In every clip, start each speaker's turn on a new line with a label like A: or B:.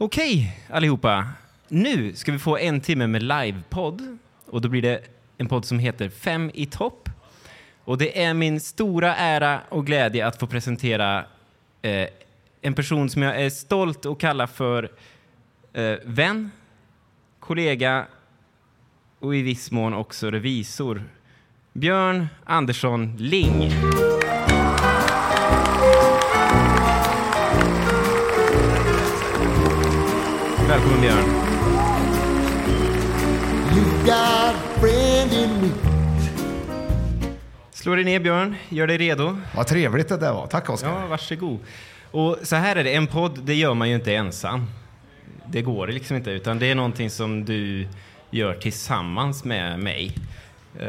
A: Okej, allihopa. Nu ska vi få en timme med livepodd. Och då blir det en podd som heter Fem i topp. Och det är min stora ära och glädje att få presentera eh, en person som jag är stolt att kalla för eh, vän, kollega och i viss mån också revisor. Björn Andersson Ling. Välkommen Björn.
B: You got a friend in me.
A: Slå dig ner Björn, gör dig redo.
B: Vad trevligt det där var. Tack Oskar.
A: Ja, varsågod. Och så här är det, en podd, det gör man ju inte ensam. Det går liksom inte, utan det är någonting som du gör tillsammans med mig. Eh,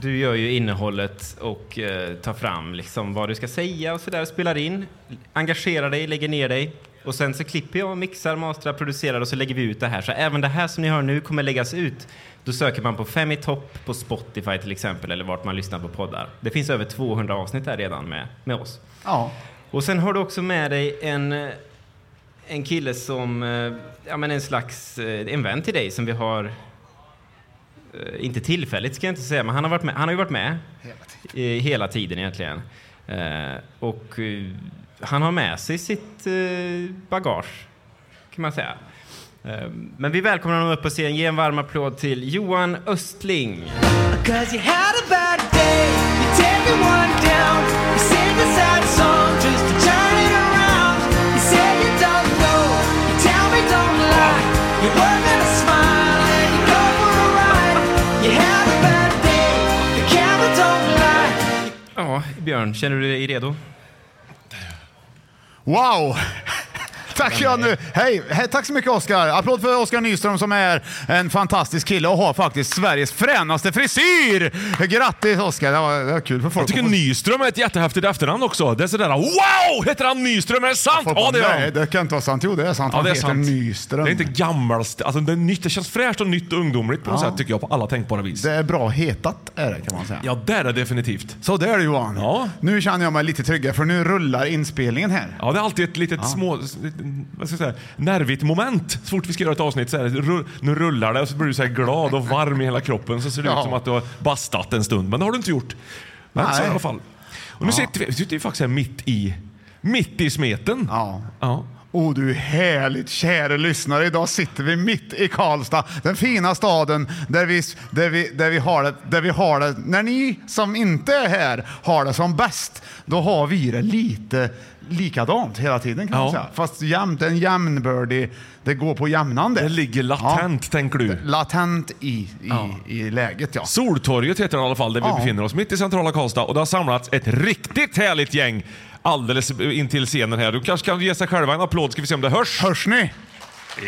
A: Du gör ju innehållet och eh, tar fram liksom vad du ska säga och sådär, spelar in, engagerar dig, lägger ner dig. Och sen så klipper jag, mixar, masterar, producerar och så lägger vi ut det här. Så även det här som ni hör nu kommer läggas ut. Då söker man på Fem i topp på Spotify till exempel, eller vart man lyssnar på poddar. Det finns över 200 avsnitt där redan med, med oss.
B: Ja.
A: Och sen har du också med dig en, eh, en kille som, eh, ja men en slags, eh, en vän till dig som vi har, eh, inte tillfälligt ska jag inte säga, men han har, varit med, han har ju varit med eh, hela tiden egentligen. Eh, Och eh, han har med sig sitt eh, bagage, kan man säga. Eh, Men vi välkomnar honom upp på scen. Ge en varm applåd till Johan Östling.
C: Cause you had a bad day, you take it one down, you sing a sad song just to turn it around. You say you don't know, you tell me don't lie, you work on a smile and you go for a ride. You had a bad day, the camera don't lie.
A: Ja, Björn, känner du dig redo?
B: Wow! Tack, jag
D: eh,
B: nu. Hej. Hej, tack så mycket Oskar. Applåd för Oskar Nyström som är en fantastisk kille och har faktiskt Sveriges fränaste frisyr! Grattis Oskar, det, var- det var kul för folk.
D: Jag tycker Nyström är ett jättehäftigt efternamn också. Det är sådär wow! Heter han Nyström? Är det sant?
B: folk
D: Ja, det är
B: Nej,
D: han.
B: det kan inte vara sant. Jo, det är sant.
D: Ja, det är
B: Han heter
D: sant.
B: Nyström.
D: Det är inte gammalst. Alltså, det, är nytt. det känns fräscht och nytt och ungdomligt på något
B: Ja.
D: sätt tycker jag på alla tänkbara vis.
B: Det är bra hetat, är det, kan man säga.
D: Ja, där är det definitivt.
B: Så där Johan.
D: Ja.
B: Nu känner jag mig lite tryggare för nu rullar inspelningen här.
D: Ja, det är alltid ett litet små, vad ska jag säga, nervigt moment. Så fort vi ska göra ett avsnitt så är det, rull, nu rullar det och så blir du så här glad och varm i hela kroppen. Så ser det
B: Ja.
D: ut som att du har bastat en stund, men det har du inte gjort. Men så
B: Nej.
D: i alla fall. Och nu sitter vi, vi sitter ju faktiskt här mitt i, mitt i smeten.
B: Ja.
D: ja.
E: Oh,
B: Du härligt kära lyssnare, idag sitter vi mitt i Karlstad, den fina staden där vi, där vi, där vi, har, det, där vi har det. När ni som inte är här har det som bäst, då har vi det lite likadant hela tiden kan man
D: Ja.
B: säga. Fast jämnt, en jämnbördig, det går på jämnande.
D: Det ligger latent, tänker du.
B: Latent i, i, i läget ja.
D: Soltorget heter den i alla fall, där
B: Ja.
D: vi befinner oss. Mitt i centrala Karlstad. Och det har samlats ett riktigt härligt gäng alldeles intill scenen här. Du kanske kan ge sig själva en applåd, ska vi se om det hörs?
B: Hörs ni?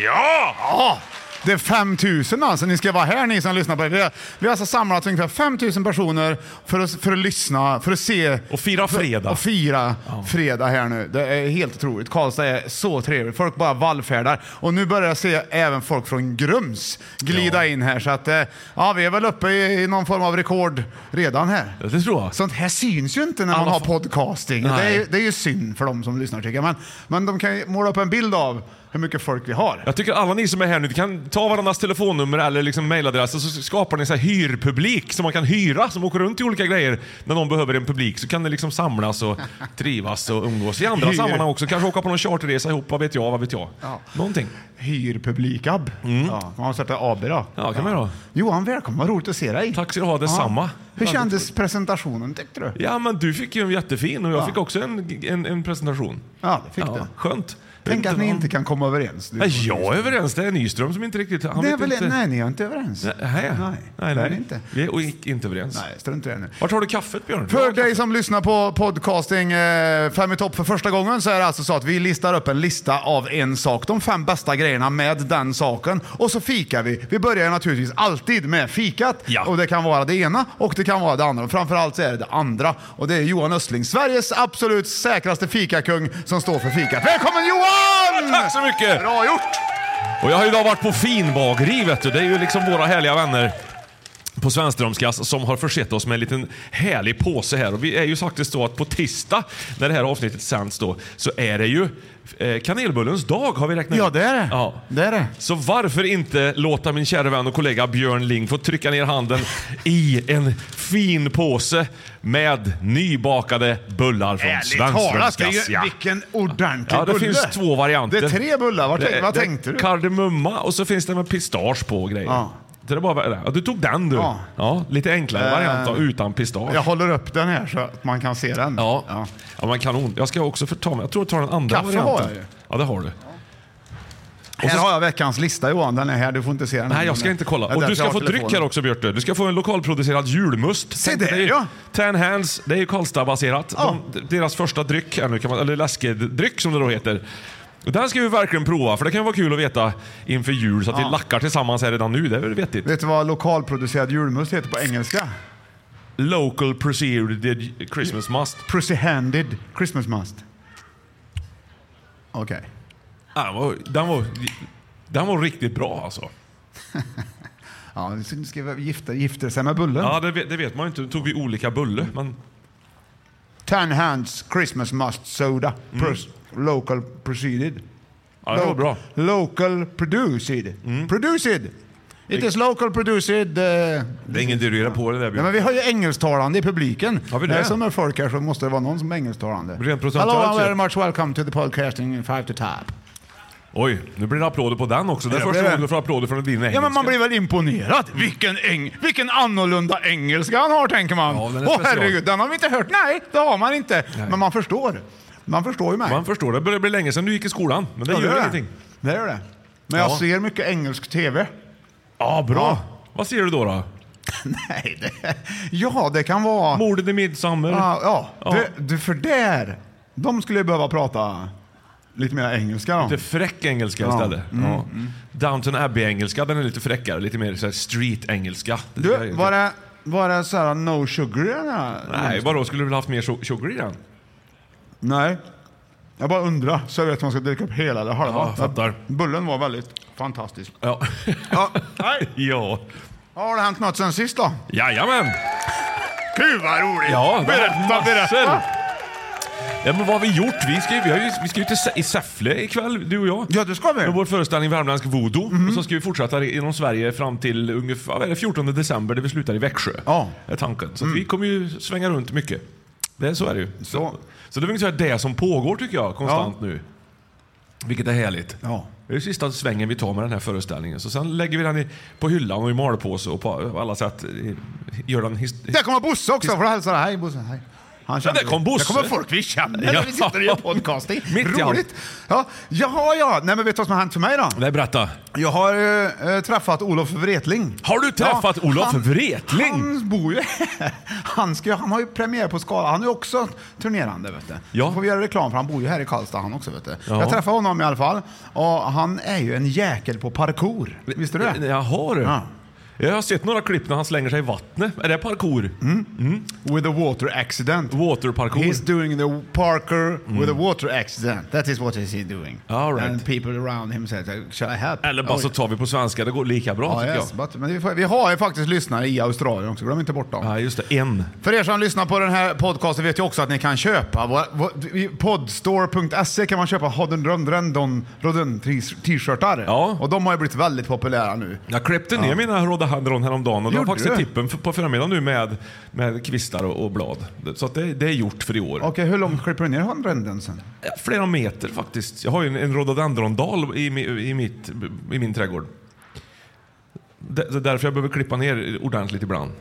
D: Ja!
B: Ja! Det är 5000 alltså. Ni ska vara här ni som lyssnar på det. Vi har, vi har alltså samlat ungefär 5000 personer för att, för att lyssna, för att se
D: Och fira fredag.
B: och fira fredag här nu. Det är helt otroligt. Karlstad är så trevligt. Folk bara vallfärdar. Och nu börjar jag se även folk från Grums glida in här. Så att, eh, ja, vi är väl uppe i, i någon form av rekord redan här.
D: Det tror jag.
B: Sånt här syns ju inte när man
D: Alla
B: har
D: får-
B: podcasting. Det är,
D: Nej.
B: ju- det är ju synd för de som lyssnar tycker jag. Men, men de kan ju måla upp en bild av hur mycket folk vi har.
D: Jag tycker alla ni som är här nu, ni kan ta varandras telefonnummer eller liksom mejladress och så skapar ni en så här hyrpublik som man kan hyra, som åker runt i olika grejer. När någon behöver en publik så kan det liksom samlas och trivas och umgås i andra
B: Hyr.
D: sammanhang också. Kanske åka på någon charterresa ihop, vad vet jag, vad vet jag.
B: Ja.
D: Någonting.
B: Hyrpublikab. Ja, man har sett det AB då.
D: Mm. Ja, kan man göra.
B: Johan, välkommen. Vad roligt att se dig.
D: Tack ska du ha, detsamma.
B: Hur kändes presentationen tyckte du?
D: Ja, men du fick ju en jättefin och jag fick också en, en, en presentation.
B: Ja, det fick
D: Ja,
B: du.
D: skönt.
B: Tänk att ni
D: vad-
B: inte kan komma överens. Du-
D: Nej, jag är överens. Det är Nyström som inte riktigt... Han
B: det är
D: vet
B: väl,
D: inte.
B: nej, ni är inte överens.
D: Nej, nej,
B: nej,
D: nej.
B: det är
D: nej.
B: ni inte.
D: Vi är i- inte överens.
B: Nej, strunt i det nu.
D: Vart har du kaffet Björn? Jag
B: För
D: har
B: dig som lyssnar på podcasting eh, Fem i topp för första gången så är det alltså så att vi listar upp en lista av en sak. De fem bästa grejerna med den saken. Och så fikar vi. Vi börjar naturligtvis alltid med fikat.
D: Ja.
B: Och det kan vara det ena och det kan vara det andra. Och Framförallt så är det det andra. Och det är Johan Östling, Sveriges absolut säkraste fikakung som står för fikat. Välkommen Johan!
D: Tack så mycket!
B: Bra gjort!
D: Och jag har idag varit på finbageri, vet du. Det är ju liksom våra härliga vänner på Svenströmsgas som har försett oss med en liten härlig påse här. Och vi är ju faktiskt så att på tisdag, när det här avsnittet sänds då, så är det ju eh, kanelbullens dag har vi räknat
B: Ja,
D: ut.
B: det är det.
D: Ja.
B: Det är det.
D: Så varför inte låta min kära vän och kollega Björn Ling få trycka ner handen i en fin påse med nybakade bullar från
B: Ärligt talat, det är
D: Svenströmsgas.
B: ju,
D: ja.
B: vilken ordentlig
D: Ja, det
B: bulle.
D: finns två varianter.
B: Det är tre bullar. Vart,
D: Det är-
B: vad
D: det är
B: tänkte du?
D: Kardemumma och så finns det med pistage på och grejer.
B: Ja.
D: Så det är bara, ja, du tog den du.
B: Ja. Eh,
D: Ja. lite enklare variant då, utan pistage.
B: Jag håller upp den här så att man kan se den.
D: Ja. Ja. men kanon. Jag ska också få ta mig. Jag tror jag tar den andra
B: Kaffe har
D: varianten.
B: jag ju.
D: Ja, det har du.
B: Här
D: så-
B: har jag veckans lista Johan, den är här. Du får inte se den.
D: Nej, jag ska inte kolla.
B: Det är
D: Och
B: därför
D: du ska
B: jag
D: få
B: har
D: dryck här
B: telefonen.
D: också, Björte. Du ska få en lokalproducerad julmust.
B: Se
D: Tänk,
B: där,
D: är ju-
B: ja.
D: Ten Hands, det är ju Karlstad-baserat.
B: Ja.
D: De, deras första dryck, här nu kan man, eller läskedryck som det då heter. Och Den ska vi verkligen prova, för det kan ju vara kul att veta inför jul, så att vi lackar tillsammans här redan nu. Det är väl vettigt?
B: Vet du vad lokalproducerad julmust heter på engelska?
D: Local Proceeded Christmas Must.
B: Prissy handed Christmas must. Okej.
D: Ja, Den var, den, var, den var riktigt bra alltså.
B: Ja, nu ska vi gifta, gifta sig med bullen.
D: Ja, det, vet- det vet man ju inte. Nu tog vi olika bulle, men
B: Ten hands Christmas must soda. Pros- local proceeded.
D: Mm. ja, det var
B: Lo-
D: bra. Mm.
B: Local produced. Produced! It is local produced. eh,
D: Det är ingen dyrare på det där
B: Nej, men
D: Björn.
B: vi har ju engelsktalande i publiken.
D: Har vi det?
B: är som är folk här så måste det vara någon som är engelsktalande.
D: Rent procentuellt
B: Hello and
D: sett.
B: very much welcome to the podcasting Five to Tap.
D: Oj, nu blir det applåder på den också. Det är
B: Ja,
D: första
B: det är
D: gången
B: det.
D: du får applåder från din engelska.
B: Ja, men man blir väl imponerad. Vilken, eng- vilken annorlunda engelska han har, tänker man.
D: Ja,
B: Åh
D: den är special.
B: herregud, den har vi inte hört. Nej, det har man inte. Men man förstår. Man förstår ju mig.
D: Man förstår, det börjar bli länge sedan du gick i skolan. Men det
B: Ja,
D: gör
B: det.
D: ingenting.
B: Det gör det. Men
D: Ja.
B: jag ser mycket engelsk TV.
D: Ja, bra.
B: Ja.
D: Vad ser du då? då?
B: Nej, det... Ja, det kan vara...
D: Mordet i Midsommar.
B: Ja, ja.
D: Ja.
B: Du, du, för där, de skulle ju behöva prata lite mer engelska. Då.
D: Lite fräck engelska
B: Ja. Mm,
D: istället. Ja. Downton Abbey-engelska, den är lite fräckare. Lite mer så här street-engelska. Det tycker
B: Du,
D: jag-
B: var det, var det så här no sugar i den här?
D: Nej, vadå? Skulle du väl haft mer su- sugar i den?
B: Nej. Jag bara undrar så jag vet om jag ska dricka upp hela eller halva.
D: Ja, jag fattar.
B: Bullen var väldigt fantastisk.
D: Ja.
B: Ja.
D: ja.
B: Har det hänt något sen sist då?
D: Jajamän!
B: Gud vad roligt!
D: Ja, det har
B: berätta,
D: hänt massor.
B: berätta!
D: Ja, men vad har vi gjort? Vi ska ju, vi har ju, vi ska ju till Sä- i Säffle ikväll, du och jag.
B: Ja, det ska vi. Mhm.
D: Med vår föreställning Värmländsk voodoo. Och så ska vi fortsätta i- genom Sverige fram till ungefär vad är det, 14 december där vi slutar i Växjö.
B: Ja. Mm.
D: Är tanken. Så att vi kommer ju svänga runt mycket. Det, så är det ju.
B: Så.
D: så det är väl ungefär det som pågår tycker jag, konstant nu. Vilket är härligt.
B: Ja.
D: Det är ju sista svängen vi tar med den här föreställningen. Så sen lägger vi den i, på hyllan och i malpåse och på alla sätt eh, gör den his-
B: Där kommer Bosse också, får du hälsa dig. Hej Bosse, hej. Han
D: Ja, där kom Bosse.
B: Det kommer folk vi känner när vi sitter och gör podcasting.
D: Mitt i allt.
B: Roligt. Ja, jaha, ja. Nej, men vet du vad som har hänt för mig då?
D: Nej, berätta.
B: Jag har eh, träffat Olof Wretling.
D: Har du träffat Olof Wretling?
B: Han bor ju här. Han, ska, ju- han har ju premiär på Skala. Han är ju också turnerande. Vet du.
D: Ja.
B: Då får vi göra reklam för han bor ju här i Karlstad han också. Vet du.
D: Ja.
B: Jag träffade honom i alla fall. Och han är ju en jäkel på parkour. Visste du det?
D: Jaha du.
B: Ja.
D: Jag har sett några klipp när han slänger sig i vattnet. Är det parkour?
B: Mm. With a water accident.
D: Waterparkour?
B: He's doing the Parker with a water accident. That is what is he doing.
D: Mm. All right.
B: And people around him say, shall I help?
D: Eller bara
B: Oh,
D: så tar vi på svenska, det går lika bra
B: Ja,
D: tycker
B: yes,
D: jag.
B: but, men vi, får, vi har ju faktiskt lyssnare i Australien också, glöm inte bort dem.
D: Ja, just det. En.
B: För er som lyssnar på den här podcasten vet ju också att ni kan köpa våra, vår, i podstore.se E kan man köpa Hodden Röndrendon Rodden t-shirtar.
D: Ja.
B: Och de har ju blivit väldigt populära nu.
D: Jag klippte ner mina Rodahadron häromdagen och det var
B: Gjorde
D: faktiskt
B: du?
D: tippen f- på förmiddagen nu med, med kvistar och, och blad. Så att det, det är gjort för i år.
B: Okej, hur långt klipper du ner Hodden sen?
D: Ja, Flera meter faktiskt. Jag har ju en, en rhododendrondal i, mi- i, mitt, i min trädgård. Det det är därför jag behöver klippa ner ordentligt ibland.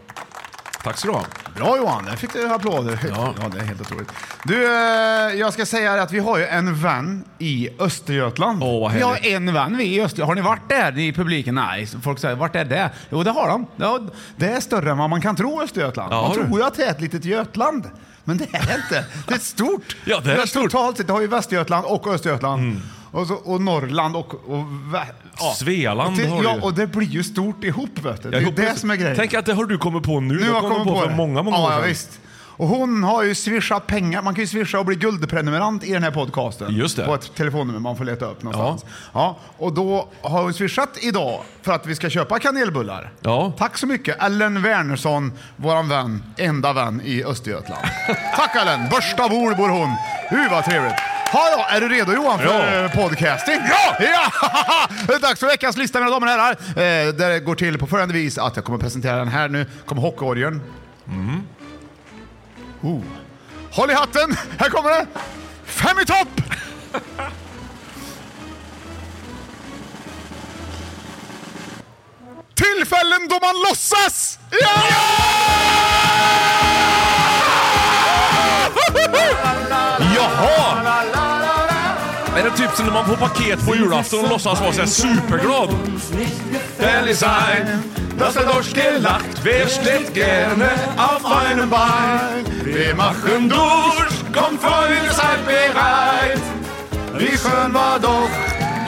D: Tack så du ha.
B: Bra Johan, där fick du applåder.
D: Ja.
B: Ja. det är helt otroligt. Du, eh, jag ska säga att vi har ju en vän i Östergötland.
D: Åh, vad
B: vi har
D: härligt.
B: en vän vi i Östergötland. Har ni varit där i publiken? Nej, folk säger vart är det? Jo, det har de. Ja, det är större än vad man kan tro Östergötland.
D: Ja,
B: man
D: du.
B: tror ju att det är ett litet Götland. Men det är det inte. Det är stort.
D: Ja, det är
B: Men
D: stort. Mm.
B: Totalt sett, det har ju Västergötland och Östergötland. Och, så, och Norrland och... och vä- ja.
D: Svealand
B: och det,
D: har du
B: ja,
D: ju.
B: och det blir ju stort ihop vet du.
D: Jag
B: Det är ju
D: hoppas-
B: det som är grejen.
D: Tänk att det har du kommit på nu.
B: Nu
D: jag
B: har
D: kom
B: jag kommit på
D: för
B: det.
D: många, många år
B: ja, ja,
D: sedan.
B: visst. Och hon har ju swishat pengar. Man kan ju swisha och bli guldprenumerant i den här podcasten.
D: Just det.
B: På ett telefonnummer man får leta upp någonstans. Ja. och då har hon swishat idag för att vi ska köpa kanelbullar.
D: Ja.
B: Tack så mycket Ellen Wernersson, våran vän, enda vän i Östergötland. Tack Ellen! Börstavol bor hon. Hur vad trevligt. Ha, ja, är du redo Johan för
D: Ja.
B: eh, podcasting? Ja! ja! Det är dags för veckans lista mina damer och herrar. Eh, där det går till på följande vis att jag kommer presentera den här nu. Kommer hockeyorgeln. Oh. Håll i hatten! Här kommer det! Fem i topp! Tillfällen då man låtsas! Ja!
D: Jaha! Är det typ som när man får paket på julafton och låtsas vara så här superglad? Fällig sein, das hat euch gelacht, wer steht gerne auf einem Bein?
B: Vi
D: Machen durch, komm Freunde, seid bereit!
B: Wie schön war doch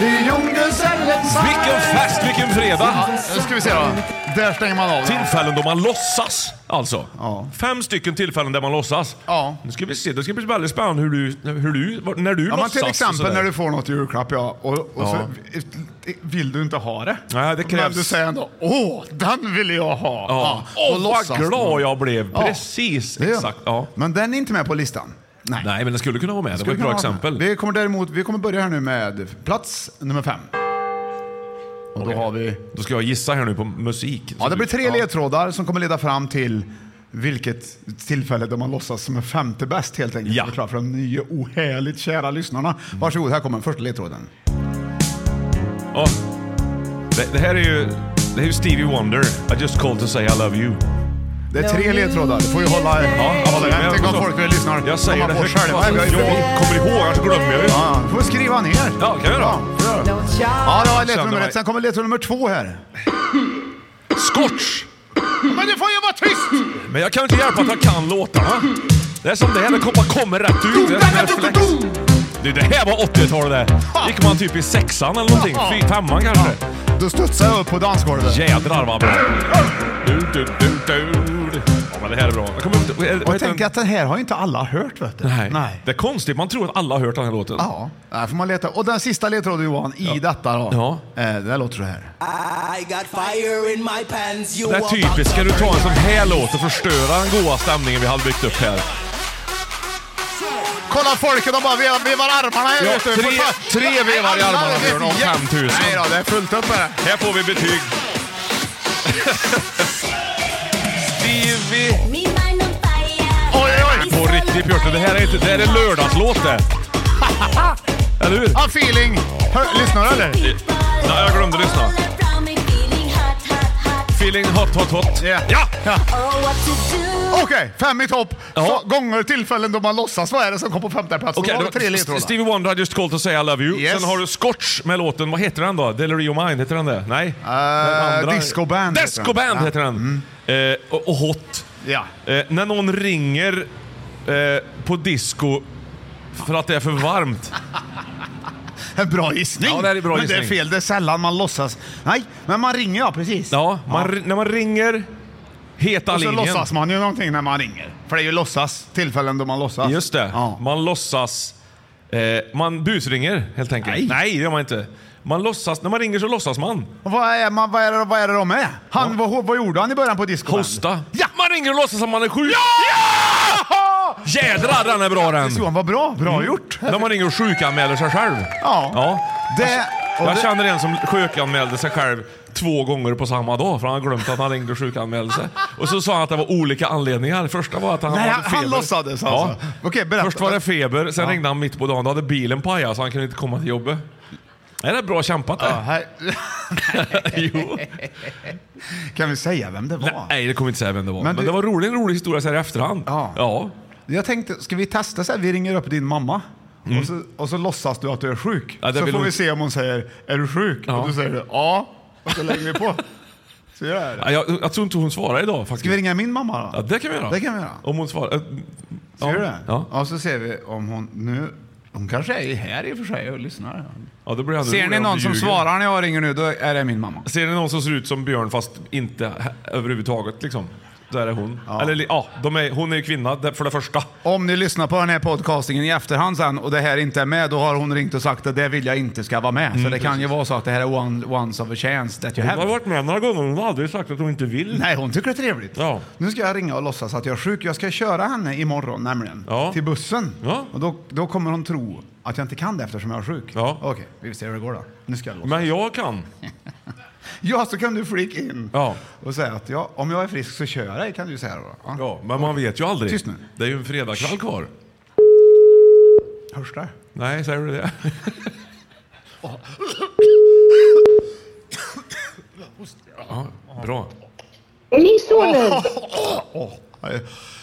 B: die Junggesellenzeit.
D: Vilken fest, vilken fredag!
B: Nu ska vi se då. Där stänger man av. den.
D: Tillfällen då man låtsas, alltså.
B: Ja.
D: Fem stycken tillfällen där man låtsas.
B: Ja.
D: Nu ska vi se, det ska bli väldigt spännande hur du, hur du, när du
B: Ja, men
D: låtsas.
B: till
D: och
B: exempel
D: sådär.
B: när du får något i julklapp, ja. Och, och
D: Ja.
B: Så, vill du inte ha det?
D: Nej, det krävs.
B: Men du säger ändå, åh, den vill jag ha.
D: Ja.
B: då
D: Åh,
B: låtsas
D: vad glad
B: man.
D: jag blev!
B: Ja.
D: Precis,
B: Det gör man.
D: exakt. Ja.
B: Men den är inte med på listan. Nej.
D: Nej, men den skulle kunna vara med. Det var ett bra
B: Skulle kunna vara
D: exempel.
B: med. Vi kommer däremot, vi kommer börja här nu med plats nummer fem. Och då har vi...
D: Då ska jag gissa här nu på musik.
B: Ja, det blir tre ledtrådar som kommer leda fram till vilket tillfälle då man låtsas som är femte bäst helt enkelt.
D: Ja. Mm.
B: Förklara för de nya ohärligt kära lyssnarna. Varsågod, här kommer den första ledtråden.
D: Ja. Det, det här är ju... Det här är ju Stevie Wonder. I just called to say I love you.
B: Det är tre ledtrådar. Du får ju hålla...
D: Ja,
B: hålla
D: absolut.
B: med.
D: Jag
B: Tänk om
D: förstår.
B: folk vill lyssna.
D: Jag säger det
B: Komma på
D: högt.
B: själva.
D: fast
B: Ja,
D: Jag kommer ihåg, annars glömmer jag ju.
B: Ja, du får skriva ner.
D: Ja, kan jag göra.
B: får göra. Ja, det var ledtråd nummer ett. Sen kommer ledtråd nummer två här.
D: Scotch!
B: Men du får ju vara tyst!
D: Men jag kan inte hjälpa att jag kan låtarna. Det är som det här, det kommer, kommer rätt ut. Det, är som en reflex. Du, det här var 80-talet det. gick man typ i sexan eller någonting. Fy, femman kanske.
B: Då studsar jag upp på dansgolvet.
D: Jädrar vad bra. Du, du, du, du. Ja, men det här är bra. Jag kommer inte... vad heter
B: Och
D: den?
B: tänk att den här har ju inte alla hört vet du.
D: Nej. Det är konstigt, man tror att alla har hört den här låten.
B: Ja, där får man leta. Och den sista ledtråden Johan, i detta då.
D: Ja.
B: Eh, det där låter så här.
E: I got fire in my pants. You
D: Det är
E: are
D: typiskt, ska du ta en sån här låt och förstöra den goda stämningen vi hade byggt upp här.
B: Kolla folket, de bara vevar, vevar armarna här
D: Ja,
B: vet du. Vi får
D: tre-
B: ta-
D: tre vevar i
B: Nej,
D: armarna,
B: det är
D: gör de om
B: jätte-
D: 5000.
B: Nej då, det är fullt upp här.
D: Här får vi betyg. Stevie.
B: Oj, oj, oj!
D: På riktigt Björte, det här är inte... Det här är lördagslåt det. Eller hur?
B: Ah, feeling! Hör, lyssnar du eller?
D: Nej, jag glömde lyssna. Feeling hot, hot, hot.
B: Ja.
D: Ja!
B: Ja.
F: Oh, what to do?
B: Okej, fem i topp.
D: Ja.
B: Så, gånger tillfällen då man låtsas. Vad är det som kom på femte plats?
D: Okej,
B: då
D: det
B: var det tre
D: var-
B: ledtrådar.
D: Stevie Wonder hade just called to say I love you.
B: Yes.
D: Sen har du Scotch med låten, vad heter den då? Delirio Mine, heter den det? Nej? Uh,
B: Disco Band Eh, heter
D: Disco
B: den.
D: Band
B: Ja. Mm.
D: heter den. Eh, och, och Hot.
B: Ja.
D: Eh, när någon ringer eh, på disco för att det är för varmt.
B: En bra gissning.
D: Ja, det är en bra
B: men det är
D: gissning.
B: fel. Det är sällan man låtsas. Nej, men man ringer ja, precis.
D: Ja, man, ri- när man ringer heta
B: Och så
D: linjen.
B: låtsas man ju någonting när man ringer. För det är ju låtsas. Tillfällen då man låtsas.
D: Just det.
B: Ja.
D: Man låtsas... Eh, man busringer helt enkelt.
B: Nej.
D: Nej, det gör man inte. Man låtsas, när man ringer så låtsas man.
B: Och Vad, är man, vad, är det, vad är det de är? Han, vad, vad gjorde han i början på disco?
D: Hosta. Ja! Man ringer och låtsas att man är sjuk. Ja! Jädrar, den är bra den.
B: Så han var bra. Bra
D: Mm.
B: gjort.
D: När man ringer och sjukanmäler sig själv.
B: Ja.
D: ja.
B: Det, och
D: Jag
B: det,
D: känner en som sjukanmälde sig själv två gånger på samma dag för han hade glömt att han ringde och sjukanmälde sig. Och så sa han att det var olika anledningar. Första var att han
B: Nej,
D: hade
B: han-
D: feber.
B: han låtsades alltså. Okej, berätta.
D: Först var det feber, sen ringde han mitt på dagen. Då hade bilen pajat så han kunde inte komma till jobbet. Är det bra kämpat
B: Ja,
D: det?
B: här,
D: jo.
B: kan vi säga vem det var?
D: Nej, det kommer inte säga vem det var.
B: Men
D: Men,
B: du-
D: det var rolig, en rolig historia så här i efterhand.
B: Ja.
D: ja.
B: Jag tänkte, ska vi testa så här? Vi ringer upp din mamma. Och, så, och så låtsas du att du är sjuk.
D: Mm. Ja, det
B: så
D: vill
B: får
D: hon-
B: vi se om hon säger, är du sjuk?
D: Ja.
B: Och då säger du, ja. Och så lägger vi på. Så gör jag det.
D: Ja, Jag, jag tror inte hon svarar idag faktiskt.
B: Ska vi ringa min mamma då?
D: Ja, det kan vi göra.
B: Det kan vi göra.
D: Om hon svarar. eh,
B: Ska
D: ja.
B: vi göra det?
D: Ja.
B: Ja, så ser vi om hon nu... Hon kanske är här i och för sig och lyssnar.
D: ja, då blir det ännu
B: Ser
D: roligare
B: ni
D: om
B: någon
D: du
B: som
D: ljuger.
B: svarar när jag ringer nu, då är det min mamma.
D: Ser ni någon som ser ut som Björn fast inte hä- överhuvudtaget liksom? Där är hon. Eller li- ja, de är, hon är ju kvinna det- för det första.
B: Om ni lyssnar på den här podcastingen i efterhand sen och det här inte är med, då har hon ringt och sagt att det vill jag inte ska vara med. så det kan ju vara så att det här är one, once of a chance that you
D: Hon Mm, har
B: have.
D: varit med några gånger hon har aldrig sagt att hon inte vill.
B: Nej, hon tycker det är trevligt.
D: Ja.
B: Nu ska jag ringa och låtsas att jag är sjuk. Jag ska köra henne imorgon nämligen,
D: Ja.
B: till bussen.
D: Ja.
B: Och då, då kommer hon tro att jag inte kan det eftersom jag är sjuk.
D: Ja.
B: Okej, vi ser hur det går då. Nu ska jag låtsas.
D: Men jag kan.
B: Ja, så kan du flika in
D: Ja.
B: och säga att ja, om jag är frisk så kör jag dig, kan du säga då. Ja.
D: Ja, men man vet ju aldrig.
B: Tyst nu.
D: Det är ju en fredagskväll kvar.
B: Hörs det?
D: Nej, säger du det? ja, bra.
B: Nej.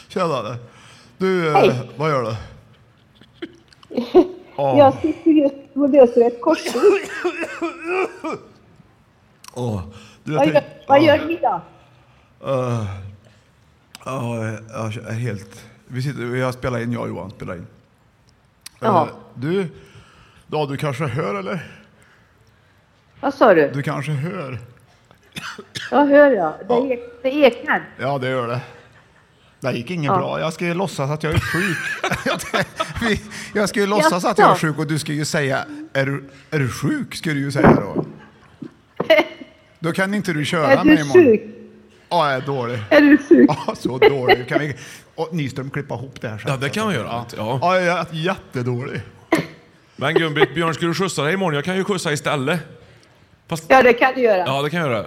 B: Tjena. Du, eh,
G: Hej.
B: vad gör du?
G: Jag sitter just och löser ett korsord.
B: du
G: Vad gör, vad gör ni då?
B: Ja, jag är helt... Vi sitter, jag spelar in, jag och Johan spelar in.
G: Ja.
B: Eh, Du, ja, du kanske hör eller?
G: Vad sa du?
B: Du kanske hör?
G: Vad hör jag? Det, ek, det ekar.
B: Ja, det gör det. Det gick inget
G: Ja.
B: bra. Jag ska ju låtsas att jag är sjuk. Vi- jag ska ju låtsas att jag är
G: Jaså?
B: sjuk och du ska ju säga, är du, är du sjuk? Ska du ju säga då. Då kan inte du köra
G: Är
B: mig
G: du sjuk?
B: Ja, jag är dålig.
G: Är du sjuk?
B: Ja, så dålig. Kan vi... och Nyström klippa ihop det här sen?
D: Ja, det kan vi göra. Ja.
B: Ja, jag är jättedålig.
D: Men Gun-Britt, Björn skulle du skjutsa dig imorgon? Jag kan ju skjutsa istället. Fast,
G: Ja, det kan du göra.
D: ja, det kan jag göra.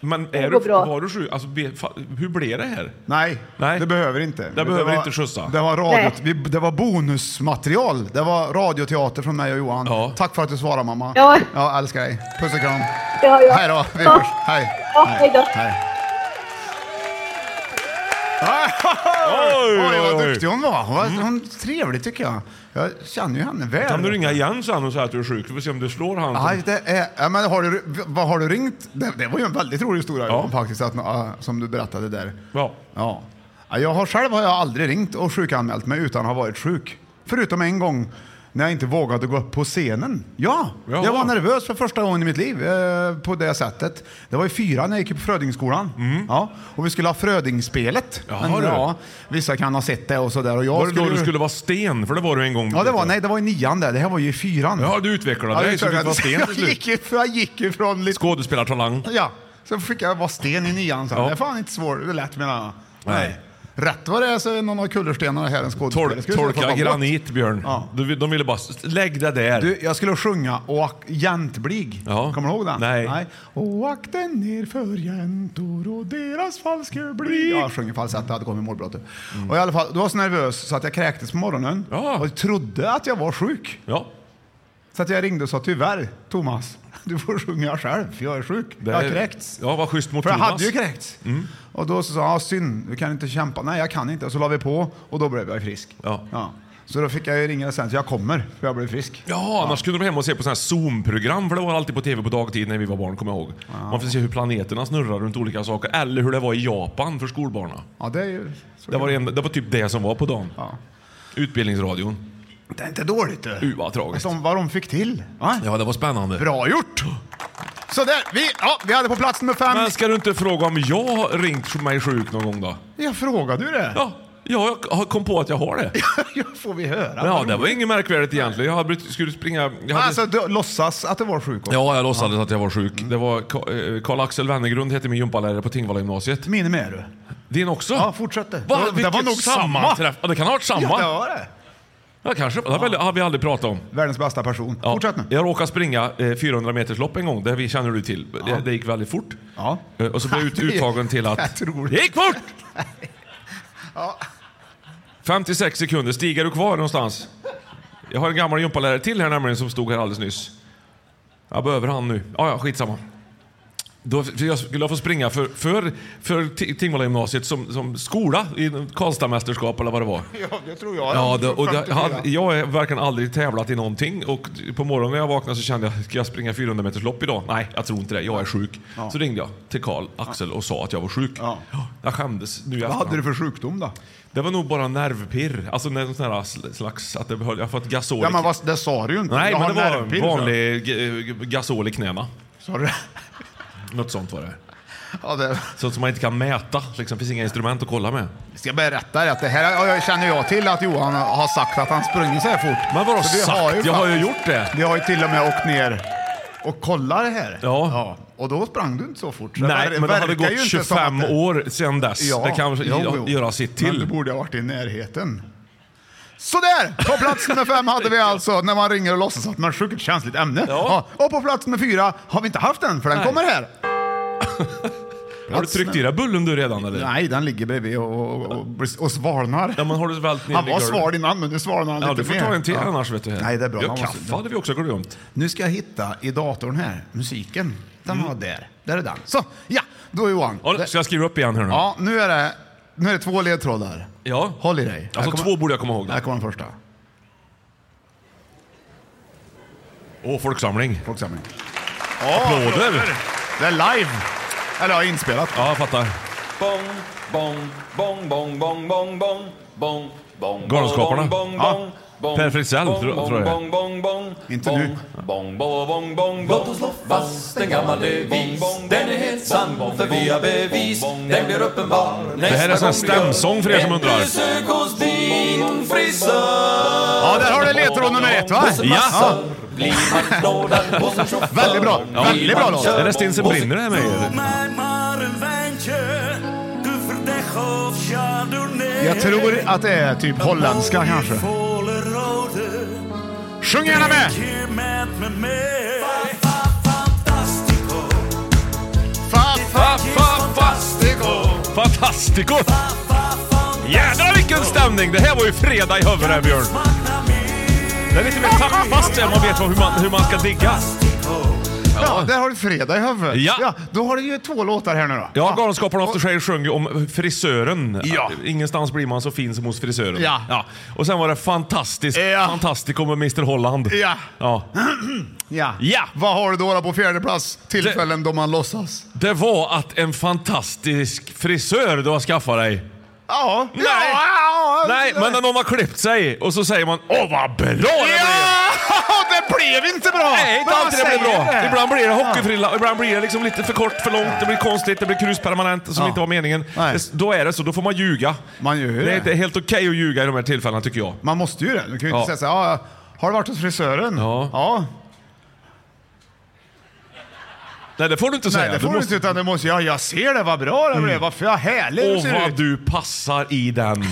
D: Men är
G: går
D: du,
G: bra.
D: var du sjuk? Alltså, be, fa, hur blev det här?
B: Nej,
D: Nej.
B: det behöver inte.
D: Det behöver inte skjutsa.
B: Det var, radio,
G: Nej.
B: vi, det var bonusmaterial. Det var radioteater från mig och Johan.
D: Ja.
B: Tack för att du svarade mamma.
G: Ja.
B: Jag älskar dig. Puss och kram.
G: Ja, ja.
B: Hej då, vi
G: Ja.
B: hörs. Hej. Ah,
G: Ja, hej då.
D: Oj,
B: Oj, vad duktig hon var. Hon var hon är trevlig tycker jag. Jag känner ju henne väl.
D: Kan du ringa igen sen och säga att du är sjuk? Vi får se om du slår han. som-
B: Nej, det är, ja, men har, du, vad har du ringt? Det, det var ju en väldigt rolig historia
D: Ja.
B: faktiskt, att, ja, som du berättade där.
D: Ja.
B: Ja. Ja, Jag har själv har jag aldrig ringt och sjukanmält mig utan har varit sjuk. Förutom en gång när jag inte vågade gå upp på scenen. Ja,
D: Jaha.
B: jag var nervös för första gången i mitt liv eh, på det sättet. Det var i fyran när jag gick på Frödingsskolan. Ja, och vi skulle ha Frödingspelet.
D: Jaha,
B: Men,
D: Mm. du.
B: ja, vissa kan ha sett det och sådär. Och jag
D: Var det då
B: ju-
D: du skulle vara sten? För det var du en gång.
B: Ja, det var, nej, det var i nian där. Det här var ju i fyran.
D: Ja, du utvecklade
B: Ja,
D: dig
B: jag
D: så du fick vara sten till
B: jag,
D: slut.
B: gick, ju- jag gick ju från lite...
D: Skådespelartalang.
B: Ja, så fick jag vara sten i nian sen.
D: Ja.
B: Det är fan inte svårt. Det är lätt menar jag.
D: Nej.
B: Rätt vad det är så är någon av kullerstenarna här en skådespelare.
D: Tol,
B: Ska vi se vad
D: tolka
B: fan-
D: granit, Björn.
B: Ja.
D: Du, de ville bara... Lägg det där.
B: Du, jag skulle sjunga Åk Jäntblig.
D: Ja.
B: Kommer du ihåg den?
D: Nej.
B: Och akten ner för jäntor och deras falske blig. Ja, jag sjöng i falsett, det hade kommit målbrott. Och i alla fall, då var jag så nervös så att jag kräktes på morgonen
D: Ja.
B: och trodde att jag var sjuk.
D: Ja.
B: Så Så att jag ringde och sa tyvärr, Thomas, du får sjunga själv, för jag är sjuk.
D: Det
B: jag har
D: är-
B: kräkts.
D: Ja, vad schysst mot
B: För jag
D: Thomas. Mm.
B: hade ju kräkts. Och då så sa han, ah, synd, du kan inte kämpa. Nej, jag kan inte. Och så la vi på och då blev jag frisk.
D: Ja.
B: Så då fick jag ju ringa sen, så jag kommer, för jag blev frisk.
D: Ja, annars kunde de hem och se på sådana här Zoom-program, för det var alltid på tv på dagtid när vi var barn, kommer jag ihåg. Man fick se hur planeterna snurrar runt olika saker, eller hur det var i Japan för skolbarnen.
B: Ja, det är ju... så
D: Det var,
B: kan-
D: en, det var typ det som var på dagen.
B: Ja.
D: Utbildningsradion.
B: Det är inte dåligt du.
D: U, vad tragiskt.
B: Som vad de fick till. Va?
D: Ja, det var spännande.
B: Bra gjort! Så där, vi, ja, vi hade på plats nummer fem.
D: Men ska du inte fråga om jag har ringt mig sjuk någon gång då?
B: Jag frågade ju det.
D: Ja, ja jag har- kom på att jag har det.
B: Ja, får vi höra.
D: Men ja, det var inget märkvärdigt egentligen. Jag hade, brutit- skulle springa... Jag hade,
B: Alltså, du, låtsas att det var sjuk.
D: ja, jag låtsades att jag var sjuk. Det var Ka- eh, Karl-Axel Wennergrund hette min gympalärare på Tingvallagymnasiet.
B: Min med du.
D: Din också?
B: Ja, fortsätt du.
D: Va,
B: Det var- det var
D: vilket
B: nog samma.
D: sammanträff- Ja, det kan ha varit
B: Ja,
D: samma.
B: det var det.
D: Ja, kanske. Det har väl- har vi aldrig pratat om.
B: Världens bästa person.
D: Ja.
B: Fortsätt nu.
D: Jag råkade springa eh, 400 meterslopp en gång, det vi känner du till. Det, det gick väldigt fort.
B: Ja.
D: Eh, och så blev jag ut,
B: Det är-
D: uttagen till
B: Jag
D: att...
B: tror det.
D: Det gick fort! 56 sekunder, stiger du kvar någonstans? Jag har en gammal gympalärare till här nämligen som stod här alldeles nyss. Jag behöver han nu. Ja, ja, skitsamma. Då f- jag skulle jag få springa för, för, för Ti- Tingvallagymnasiet som, som skola i Karlstadmästerskap eller vad det var.
B: Ja, det tror jag.
D: Ja, det, och det, jag, hade- jag har verkligen aldrig tävlat i någonting och på morgonen när jag vaknade så kände jag, ska jag springa 400 meters lopp idag? Nej, jag tror inte det. Jag är sjuk. Så ringde jag till Karl Axel och sa att jag var sjuk.
B: Ja.
D: Jag skämdes nu i
B: Vad hade du
D: efterhand.
B: för sjukdom då?
D: Det var nog bara nervpirr. Alltså någon sån här sl- slags, att det behöll, jag har fått gasol. i
B: Ja, men vad, det sa du ju inte.
D: Nej,
B: jag
D: men
B: har
D: det var
B: nervpirr,
D: vanlig g- g- gasol i knäna.
B: Sa du det?
D: Något sånt var det.
B: Ja, det.
D: Sånt som man inte kan mäta. Liksom, finns inga instrument att kolla med.
B: Ska jag berätta det att det här ja, jag känner jag till att Johan har sagt att han sprungit så här fort.
D: Men vadå
B: Så vi
D: sagt? Jag har ju
B: faktiskt-
D: gjort det.
B: Vi har ju till och med åkt ner och kollat det här.
D: Ja.
B: Och då sprang du inte så fort. Så
D: Nej,
B: ver-
D: men det hade
B: verkar ju
D: gått
B: inte som att
D: 25
B: det-
D: år sedan dess. det kan
B: jo,
D: gö-
B: jo.
D: göra sitt
B: Men du
D: till.
B: borde ha varit i närheten. Sådär! På plats nummer fem hade vi alltså när man ringer och låtsas att man är sjuk, ett känsligt ämne.
D: Ja.
B: Och på plats nummer fyra har vi inte haft den, för den
D: Nej.
B: kommer här.
D: Har du tryckt i dig bullen du redan eller?
B: Nej, den ligger bredvid och, och, och, och svalnar.
D: Ja, men har du vält ner
B: Han
D: i
B: var
D: golvet?
B: sval innan, men nu svalnar han
D: Ja,
B: lite
D: du får
B: mer.
D: ta en till
B: Ja.
D: annars vet du.
B: Nej, det är bra.
D: Ja,
B: Man måste-
D: kaffe hade vi också glömt.
B: Nu ska jag hitta i datorn här, musiken. Den var där. Där är den. Så, ja. Då Johan.
D: Mm. Ja, ska jag skriva upp igen här nu?
B: Ja, nu är det, nu är det två ledtrådar.
D: Mm. Ja.
B: Håll i dig.
D: Alltså
B: Här kommer-
D: två borde jag komma ihåg.
B: Här
D: Åh,
B: kommer den första.
D: folksamling.
B: Folksamling.
D: Applåder!
B: Det är live. Eller ja, inspelat.
D: Ja, jag fattar.
F: Bong, bong, bong, bong, bong, bong, bong, bong, bong,
D: Galenskaparna.
F: bong, bong,
B: Ja.
F: bong, bong,
D: Per Fritzell,
F: bong,
D: tror-
F: bong,
D: tror jag det är.
F: bong, bong, bong,
B: Inte
F: bong,
B: nu.
F: Bong, bong, bong, bong, Låt oss slå fast en gammal devis. Den är helt sann, för vi har bevis. Den blir uppenbar
D: Det här är sån här stämsång för er som undrar.
F: Sök hos din frisör.
B: Ja, där har du ledtråd nummer ett va?
F: Hos en massör blir man knådad. Hos en chaufför
B: Väldigt bra.
F: blir
B: Väldigt bra
F: man
B: låt.
F: körd.
D: Är det Stinsen brinner det här med? eller?
B: Jag tror att det är typ holländska kanske. Sjung gärna med! Fa, fa, fa, fastigo.
D: Fantastico! Jädrar vilken stämning! Det här var ju fredag i huvudet här Björn. Det är lite mer taktfast än man vet vad- hur man, hur man ska digga.
B: Ja, där har du fredag i huvudet.
D: Ja.
B: Då har du ju två låtar här nu då.
D: Ja, Galenskaparna After Shave sjöng ju om frisören.
B: Ja.
D: Ingenstans blir man så fin som hos frisören.
B: Ja.
D: Och sen var det fantastiskt.
B: Ja.
D: Fantastico med Mr Holland.
B: Ja.
D: Ja.
B: Ja.
D: Ja.
B: Vad har du då då på fjärde plats? Tillfällen då man låtsas.
D: Det var att en fantastisk frisör du har skaffat dig.
B: Ja.
D: Nej.
B: Ja.
D: Nej, men när någon har klippt sig och så säger man Åh vad bra det blev!
B: Ja! Det blev inte bra!
D: Nej, inte
B: Men vad
D: alltid det blir
B: säger
D: bra.
B: det?
D: Ibland blir det hockeyfrilla, ibland blir det liksom lite för kort, för långt, det blir konstigt, det blir kruspermanent som
B: Ja.
D: inte var meningen.
B: Nej.
D: Det- Då är det så, då får man ljuga.
B: Man gör ju
D: det.
B: det.
D: är inte helt okej att ljuga i de här tillfällena tycker jag.
B: Man måste ju det. Du kan ju
D: Ja.
B: inte säga så här, "Ja, har du varit hos frisören?
D: Ja.
B: ja.
D: Nej, det får du inte säga.
B: Nej, det får du inte, utan du måste, ja, jag ser det, vad bra det blev, vad för jag härlig
D: Åh,
B: ser
D: vad
B: ut."
D: du passar i den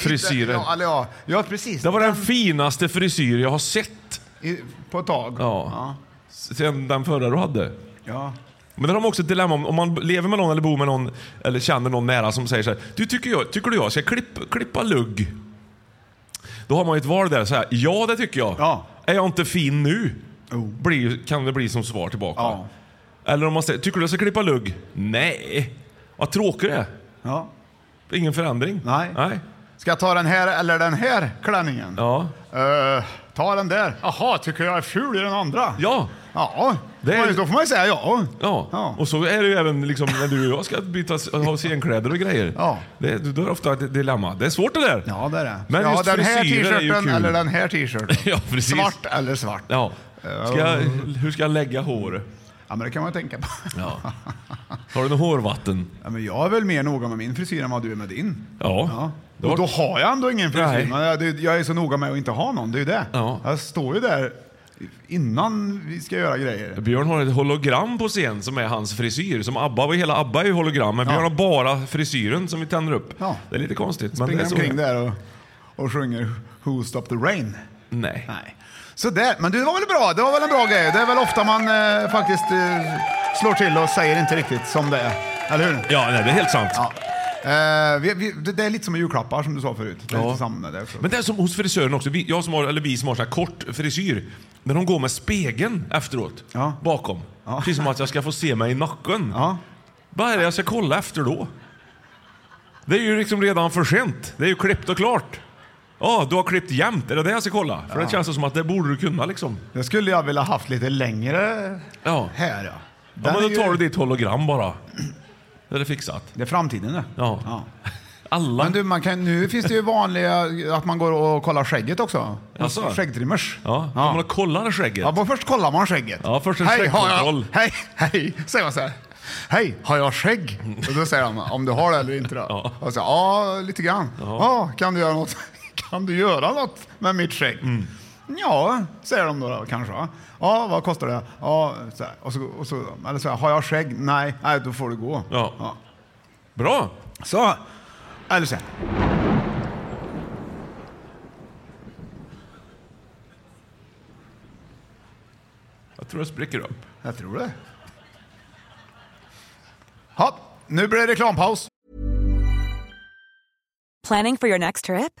D: frisyren.
B: Ja, eller ja, ja precis.
D: Det var den finaste frisyr jag har sett
B: I, på ett tag.
D: Ja.
B: Ja.
D: sen den förra du hade.
B: Ja.
D: Men där har man också ett dilemma om, om man lever med någon eller bor med någon eller känner någon nära som säger så här. Du, tycker, jag, tycker du jag ska klipp, klippa lugg? Då har man ju ett val där. Så här, ja, det tycker jag.
B: Ja. Oh.
D: Är jag inte fin nu? Blir, kan det bli som svar tillbaka.
B: Ja.
D: Eller om man säger, tycker du jag ska klippa lugg? Nej. Vad tråkig du är.
B: Ja.
D: Ingen förändring.
B: Nej.
D: Nej.
B: Ska jag ta den här eller den här klänningen?
D: Ja.
B: Eh, ta den där. Jaha, tycker jag är ful i den andra?
D: Ja.
B: Ja,
D: Det är-
B: då får man ju säga ja.
D: Ja.
B: Ja.
D: och så är det ju även liksom när du och jag ska byta ha scenkläder och grejer.
B: Ja.
D: Det, du har ofta ett dilemma. Det är svårt det där.
B: Ja, det är det.
D: Men
B: ja,
D: just
B: den här
D: frisyrer är ju
B: t-shirten
D: kul.
B: eller den här t-shirten.
D: Ja, precis.
B: Svart eller svart.
D: Ja. Ska jag, hur ska jag lägga hår?
B: Ja, men det kan man ju tänka på.
D: Ja. Har du något hårvatten?
B: Ja, men jag är väl mer noga med min frisyr än vad du är med din.
D: Ja.
B: Ja.
D: Det
B: Och
D: var-
B: då har jag ändå ingen frisyr.
D: Nej.
B: Men jag, det- jag är så noga med att inte ha någon, det är ju det.
D: Ja.
B: Jag står ju där innan vi ska göra grejer.
D: Björn har ett hologram på scen som är hans frisyr. Som ABBA, och hela ABBA är ju hologram. Men
B: Ja.
D: Björn har bara frisyren som vi tänder upp.
B: Ja.
D: Det är lite konstigt. Men det
B: Springer
D: är så.
B: omkring där och, och sjunger Who Stopped the Rain.
D: Nej.
B: Nej. Så där. Men det var väl bra? Det var väl en bra grej? Det är väl ofta man eh, faktiskt eh, slår till och säger inte riktigt som det är. Eller hur?
D: Ja, nej, det är helt sant.
B: Ja. Eh, vi, vi, det, det är lite som med julklappar som du sa förut. Det är lite samma där.
D: Men det är som hos frisören också. Vi, jag som har, eller vi som har så här kort frisyr. När de går med spegeln efteråt,
B: Ja.
D: bakom.
B: Ja.
D: Precis som att jag ska få se mig i nacken.
B: Ja.
D: Vad är det jag ska kolla efter då? Det är ju liksom redan för sent. Det är ju klippt och klart. Ja, du har klippt jämnt. Är det det jag ska kolla? För det känns som att det borde du kunna liksom.
B: Det skulle jag vilja haft lite längre
D: Ja.
B: här. Ja.
D: Ja,
B: Den
D: men
B: är
D: då tar
B: ju-
D: du ditt hologram bara. Då är det fixat.
B: Det är framtiden det.
D: Ja.
B: Men
D: Alla.
B: du, man kan, nu finns det ju vanliga att man går och kollar skägget också.
D: Jaså?
B: Skäggtrimmers.
D: Ja,
B: Ja.
D: man kollar skägget.
B: Ja, men först kollar man skägget.
D: Ja, först en
B: hej, har jag,
D: skäggkontroll.
B: hej, hej, säger man så här. Hej, har jag skägg? Och då säger han om du har det eller inte. Då.
D: Ja.
B: Och så, ja, lite grann. Ja, kan du göra något? Kan du göra något med mitt skägg?
D: Mm.
B: Ja, säger de då, då kanske. va? Ja, vad kostar det? Ja, så här. Och så, och så, eller så här, har jag skägg? Nej, nej, då får du gå.
D: Ja. Bra.
B: Så. Eller så här.
D: Jag tror jag spricker upp.
B: Jag tror det. Ja, nu blir det reklampaus.
H: Planning for your next trip?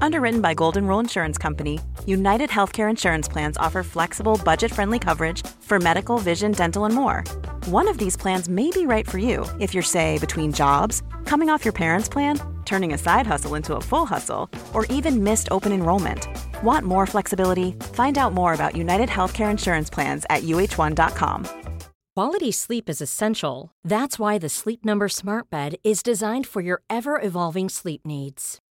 H: Underwritten by Golden Rule Insurance Company, United Healthcare Insurance Plans offer flexible, budget friendly coverage for medical, vision, dental, and more. One of these plans may be right for you if you're, say, between jobs, coming off your parents' plan, turning a side hustle into a full hustle, or even missed open enrollment. Want more flexibility? Find out more about United Healthcare Insurance Plans at uh1.com.
I: Quality sleep is essential. That's why the Sleep Number Smart Bed is designed for your ever evolving sleep needs.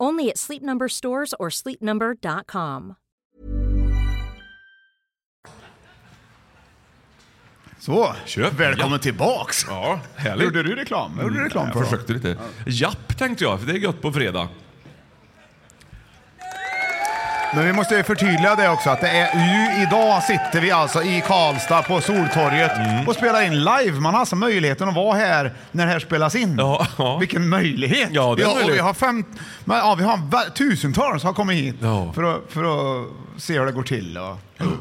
I: Only at Sleep Number stores or sleepnumber.com.
B: Så,
D: Köp.
B: välkommen
D: Ja.
B: tillbaks.
D: Ja, härligt.
B: Gjorde du reklam? Gjorde du reklam för
D: Mm. jag
B: dem?
D: försökte lite. Japp tänkte jag, för det är gött på fredag.
B: Men vi måste ju förtydliga det också att det är ju idag sitter vi alltså i Karlstad på Soltorget
D: Mm.
B: och spelar in live. Man har alltså möjligheten att vara här när det här spelas in.
D: Ja, ja.
B: Vilken möjlighet!
D: Ja, det är
B: vi, har, och vi
D: möjligt.
B: har, fem, men, ja, vi har va- tusentals har kommit hit
D: Ja.
B: för, att, för att se hur det går till. Och,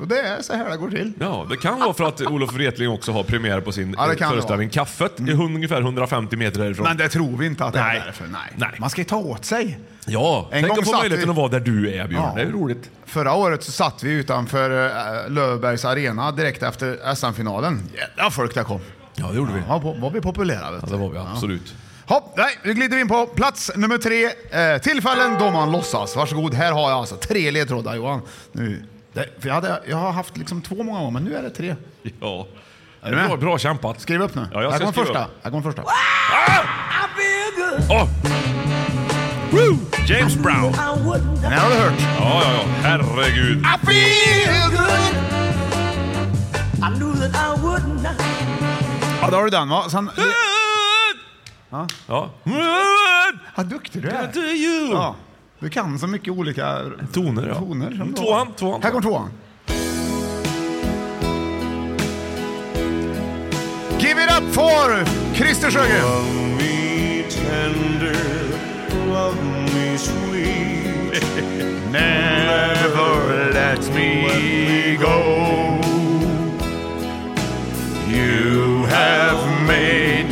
B: och det är så här det går till.
D: Ja, det kan vara för att Olof Wretling också har premiär på sin
B: Ja, det
D: eh,
B: kan det Mm.
D: föreställning Kaffet. Det är hun- ungefär 150 meter härifrån.
B: Men det tror vi inte att det
D: Nej.
B: är därför. Nej.
D: Nej.
B: Man ska ju ta åt sig.
D: ja,
B: en gång
D: tänk att få
B: satt
D: möjligheten
B: vi-
D: att vara där du är Björn.
B: Ja.
D: Det är ju roligt.
B: Förra året så satt vi utanför äh, Löfbergs arena direkt efter SM-finalen. Jävla folk det kom.
D: Ja, det gjorde vi.
B: Ja, på- var vi populära? Vet
D: Ja,
B: du?
D: det var vi absolut.
B: Hopp, nej, nu glider vi in på plats nummer tre. Eh, tillfällen då man låtsas. Varsågod, här har jag alltså tre ledtrådar Johan. Nu. Det, för jag, hade, jag har haft liksom två många gånger, men nu är det tre.
D: Ja.
B: Är du med?
D: Bra, bra kämpat.
B: Skriv upp nu.
D: Ja, jag
B: här
D: ska
B: kommer
D: skriva Ah!
B: första.
D: upp.
B: Här kommer första.
D: Åh! Woo! James Brown.
B: Den här har du hört.
D: Ja, ja, ja. Herregud.
B: I feel good.
C: I knew that I would not.
B: Ja, då har du den va. Sen,
D: Ja.
B: vad duktig du är.
D: Do you?
B: Ja, du kan så mycket olika
D: Toner, ja. Mm,
B: toner. som du har.
D: Tvåan, tvåan.
B: Här kommer tvåan. Give it up for Christer Sjögren.
F: Never let me go. You have made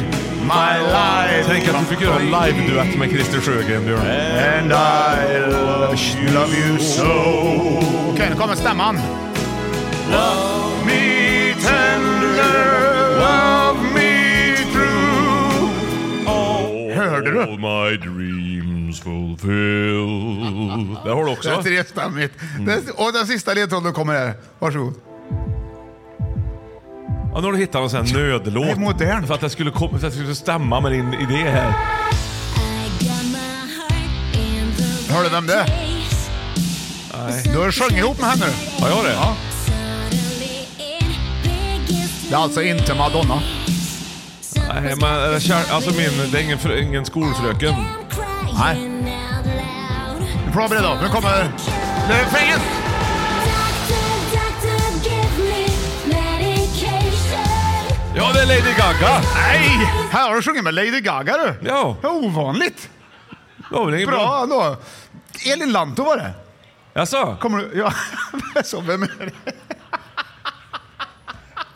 F: my life
D: Tänk att du fick göra en live-duett med Christer Sjögren, Björn.
F: and I love you so.
B: Okej, nu kommer stämman.
F: Love me tender, love me true. All
B: Hörde du?
D: my dreams fulfill. Där har du
B: Det är
D: också. Mm.
B: trestämmigt. Det- Och den sista ledtråden kommer här. Varsågod.
D: Ja, nu har du hittat någon sån här nödlåt.
B: Det är modernt.
D: För att det skulle, kom- för att det skulle stämma med din idé här.
B: Hör du vem det är? Du har sjungit ihop med henne nu.
D: Har jag det? Ja.
B: Det är alltså inte Madonna.
D: Nej, men eh, kär, alltså min, det är ingen, fr- ingen skolfröken.
B: Nej. Nu får du vara beredd då. Nu kommer refrängen.
D: Ja, det är Lady Gaga!
B: Nej! Här har du sjungit med Lady Gaga du.
D: Ja.
B: Det är ovanligt.
D: Ja, men det är inget
B: Bra ändå. Elin Lantto var det.
D: Jaså?
B: Kommer du? Ja. Så vem är det?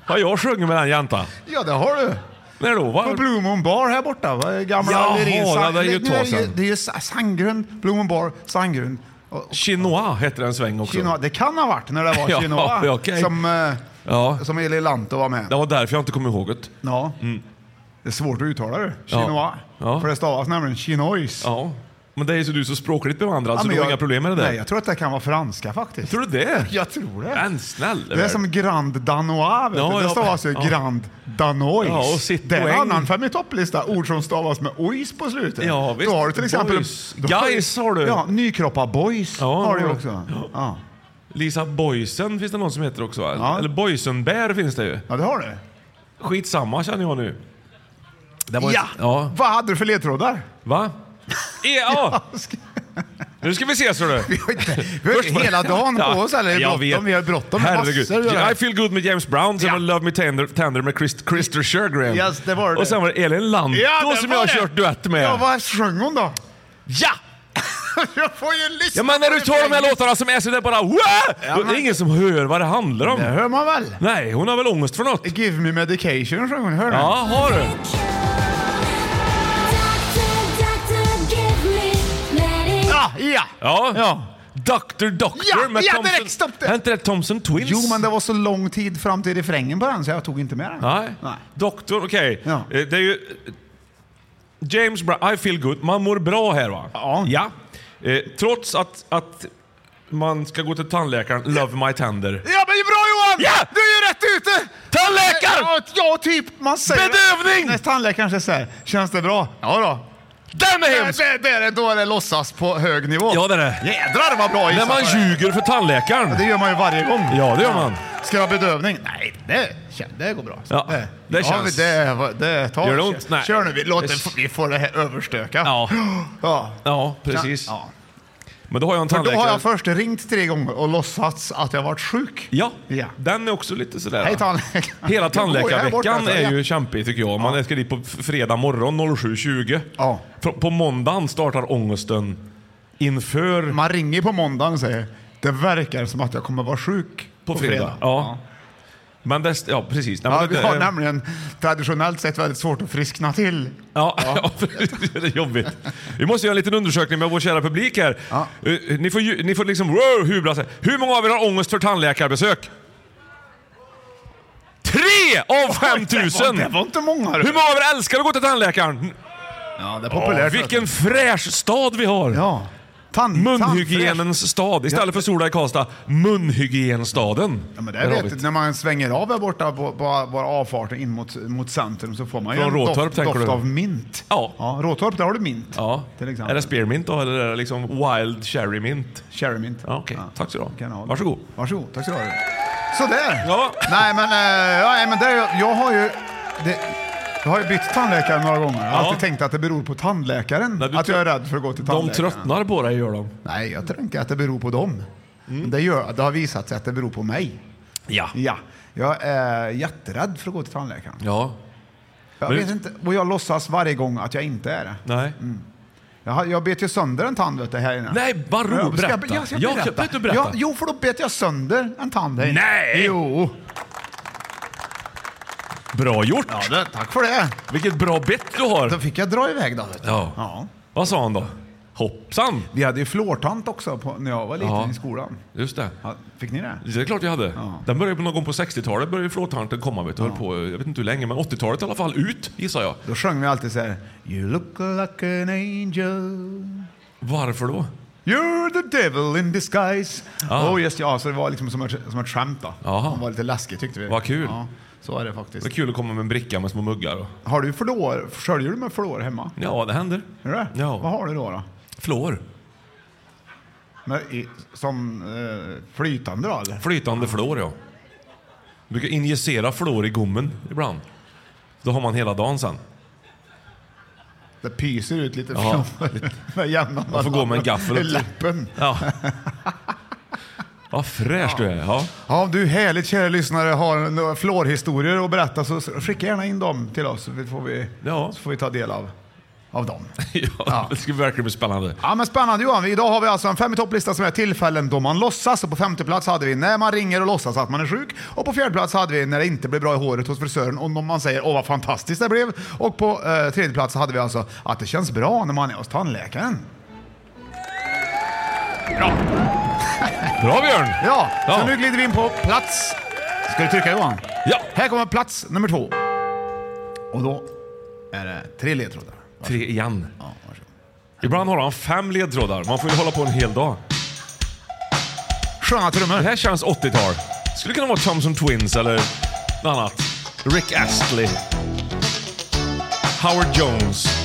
D: Har jag sjungit med den jäntan?
B: Ja, det har du.
D: När då? Va?
B: På Blue Moon Bar här borta. va? Gamla
D: Jaha,
B: Lerin-
D: ja, det är ju
B: Nu är
D: ett tag
B: det ju-
D: sedan.
B: Det är ju sa- Sandgrund, Blue Moon Bar, Sandgrund. Och- och
D: Chinois heter den sväng också.
B: Chinoa. Det kan ha varit när det var
D: Ja,
B: Chinoa
D: okej.
B: som, eh,
D: Ja.
B: som Elin Lantto var med.
D: Det var därför jag inte kom ihåg det.
B: Ja. Det är svårt att uttala det. Chinoa.
D: Mm. Ja.
B: För det stavas nämligen chinois.
D: Ja. Men det är ju så du är så språkligt bevandrad
B: Ja,
D: så
B: men
D: du har
B: jag-
D: inga problem med det där.
B: Nej, jag tror att det kan vara franska faktiskt.
D: Tror du det?
B: Jag tror det.
D: Men snälla.
B: Det är som Grand Danois. Vet
D: Ja,
B: du? Det
D: ja.
B: stavas ju
D: Ja.
B: Grand Danois.
D: Ja, och Citroën.
B: det är en annan fem i topplista. Ord som stavas med ois på slutet.
D: Ja, visst.
B: Då har du till exempel...
D: Boys.
B: då har du-
D: Guys har du.
B: Ja, Nykroppa Boys
D: Ja,
B: har
D: det
B: du ju
D: har du.
B: också.
D: Ja.
B: Ja.
D: Lisa Boysen finns det någon som heter också va?
B: Ja.
D: Eller Boysenbär finns det ju.
B: ja, det har du.
D: Skitsamma känner jag nu. Det var
B: Ja.
D: ja.
B: Vad hade du för ledtrådar?
D: Va? E- Ja! Nu ska vi se så du.
B: Vi har inte, vi har inte hela dagen på oss eller är det
D: Jag
B: bråttom?
D: vet.
B: Vi har bråttom med
D: Herregud.
B: massor att göra.
D: I feel good med James Brown, sen
B: Ja.
D: var det Love Me Tender, Tender med Chris, Christer Sjögren.
B: Yes, det var det.
D: Och sen var det Elin Lantto
B: Ja, det
D: som
B: var
D: jag har
B: det.
D: kört duett med.
B: Ja, vad sjöng hon då?
D: Ja!
B: Jag får ju lyssna
D: Ja men när
B: på
D: du tar de här
B: refrängen.
D: låtarna som är sådär bara wow! Då är
B: men-
D: det ingen som hör vad det handlar
B: Det
D: om.
B: hör man väl?
D: Nej, hon har väl ångest för något.
B: Give me medication sjöng hon, hör du?
D: Ja, har du.
B: Ja, ja!
D: Ja.
B: Ja.
D: Dr. Doctor
B: Ja,
D: med
B: ja,
D: Thompson...
B: direkt, stopp det.
D: Är inte det Thompson Twins?
B: Jo, men det var så lång tid fram till refrängen på den så jag tog inte med den.
D: Nej. Doktor, okej.
B: Ja.
D: Eh, Det är ju... James Brown, I feel good. Man mår bra här va?
B: Ja.
D: ja. Eh, trots att, att man ska gå till tandläkaren, love my tender.
B: Ja, men det är bra Johan!
D: Ja!
B: Du är ju rätt ute!
D: Tandläkaren!
B: Ja, ja, typ. Man säger...
D: Bedövning!
B: När tandläkaren säger så här, känns det bra? Ja då.
D: Den är
B: Det,
D: hemsk!
B: det, det är det, då är det låtsas på hög nivå.
D: Ja, det är det.
B: Jädrar vad bra
D: När
B: gissat
D: man
B: var det.
D: ljuger för tandläkaren.
B: Det gör man ju varje gång.
D: Ja, det gör man.
B: Ska jag ha bedövning? Nej, det, kän- det går bra.
D: Ja, det känns.
B: Det, var- det tar
D: Gör det ont? Nej.
B: Kör nu, vi, låt
D: Det-
B: det, vi får det här överstöka.
D: Ja.
B: ja.
D: Ja, precis.
B: Ja.
D: Men då har jag en
B: För då
D: tandläkare.
B: har jag först ringt tre gånger och låtsats att jag varit sjuk.
D: Ja,
B: Ja.
D: den är också lite sådär.
B: Hej
D: Hela
B: tandläkaren. Jag går ju här
D: tandläkarveckan
B: borta, alltså.
D: är ju
B: ja.
D: kämpig tycker jag. Man ska dit på f- fredag morgon 07.20.
B: Ja.
D: På- På måndagen startar ångesten inför
B: Man ringer på måndagen och säger det verkar som att jag kommer vara sjuk
D: på, fredag. Ja. Men det, ja, precis. Nej, men
B: Ja,
D: det-
B: vi har
D: det-
B: nämligen traditionellt sett väldigt svårt att friskna till.
D: Ja, ja. det är jobbigt. Vi måste göra en liten undersökning med vår kära publik här.
B: Ja.
D: Eh, Ni, får, ju- ni får liksom wow, hubla sig. Hur många av er har ångest för tandläkarbesök? Tre av fem
B: Det var,
D: tusen!
B: det var inte många.
D: Hur många av er älskar att gå till tandläkaren?
B: Ja, det är populärt.
D: vilken fräsch stad vi har!
B: Ja.
D: Munhygienens stad. Istället för Sola i Karlstad, munhygienstaden.
B: Ja, men
D: Där
B: det
D: har
B: vet,
D: vi
B: du, när man svänger av här borta på, på, på avfarten in mot, mot centrum så får man ju
D: Från
B: en
D: Råtorp,
B: doft,
D: tänker
B: doft
D: du?
B: av mint.
D: Ja.
B: Råtorp, där har du mint.
D: Ja. Är det spearmint då, eller är det liksom wild cherry mint?
B: Cherry mint.
D: Ja, Okej, tack så du ha.
B: Kanal.
D: Varsågod.
B: Varsågod, tack så du ha. Sådär! Ja. Nej men, eh, ja, nej, men där, jag har ju... Det, jag har ju bytt tandläkare några gånger. Jag har
D: Ja.
B: alltid tänkt att det beror på tandläkaren.
D: Nej, du
B: att jag är
D: trö-
B: rädd för att gå till
D: De
B: tandläkaren.
D: tröttnar på dig, gör de.
B: Nej, jag tänker att det beror på dem.
D: Mm.
B: Det, gör, det har visat sig att det beror på mig.
D: Ja.
B: Ja. Jag är jätterädd för att gå till tandläkaren.
D: Ja.
B: Jag
D: Men-
B: vet inte, och jag låtsas varje gång att jag inte är det.
D: Nej.
B: Jag, har- jag bet ju sönder en tand vet du, här inne.
D: Nej, vad roligt.
B: Ja, ska jag-
D: Berätta.
B: Jag ska
D: Ja,
B: berätta.
D: vet du, berätta.
B: Ja, jo, för då bet jag sönder en tand här inne.
D: Nej!
B: Jo.
D: Bra gjort!
B: Ja, det, tack för det.
D: Vilket bra bett du har!
B: Då fick jag dra iväg då. Vet du.
D: Ja. Vad sa han då? Hoppsan!
B: Vi hade ju flårtant också på, när jag var liten
D: Ja.
B: i skolan.
D: Just det.
B: Ja, fick ni det?
D: Det är klart jag hade. Den började på någon gång på 60-talet, började flårtanten komma. Vet du. Höll på, jag vet inte hur länge, men 80-talet i alla fall ut, gissar jag.
B: Då sjöng vi alltid så här. You look like an angel.
D: Varför då?
B: You're the devil in disguise.
D: Ah.
B: Oh yes, ja, så det var liksom som ett, som ett skämt då.
D: Jaha.
B: Det var lite läskigt tyckte vi.
D: Vad kul.
B: Ja, så är det faktiskt.
D: Det är kul att komma med en bricka med små muggar. Och...
B: Har du flår? Sköljer du med flår hemma?
D: Ja, det händer.
B: Är det?
D: Ja.
B: Vad har du då? då?
D: Flår.
B: Men i, som eh, flytande då eller?
D: Flytande flår, ja. Jag brukar injicera flår i gommen ibland. Då har man hela dagen sen.
B: Det pyser ut lite
D: Ja,
B: från med jämna
D: Man får gå med en gaffel.
B: I läppen.
D: Ja. Vad fräsch du är. Ja.
B: Ja, om du härligt kära lyssnare har några flårhistorier att berätta så skicka gärna in dem till oss. Så får vi,
D: Ja.
B: så får vi ta del av, av dem.
D: ja, det ska verkligen bli spännande.
B: Ja men spännande Johan, Vi- idag har vi alltså en fem i topplista som är tillfällen då man låtsas. Och på femte plats hade vi när man ringer och låtsas att man är sjuk. Och på fjärde plats hade vi när det inte blev bra i håret hos frisören och om man säger åh vad fantastiskt det blev. Och på eh, tredje plats hade vi alltså att det känns bra när man är hos tandläkaren.
D: Bra Björn!
B: Ja,
D: Ja.
B: så nu glider vi in på plats... Ska du trycka Johan?
D: Ja.
B: Här kommer plats nummer två. Och då är det tre ledtrådar.
D: Tre igen.
B: Ja, varsågod.
D: Ibland har han fem ledtrådar. Man får ju hålla på en hel dag.
B: Sköna trummor.
D: Det här känns 80-tal. Skulle kunna vara Thompson Twins eller något annat. Rick Astley. Howard Jones.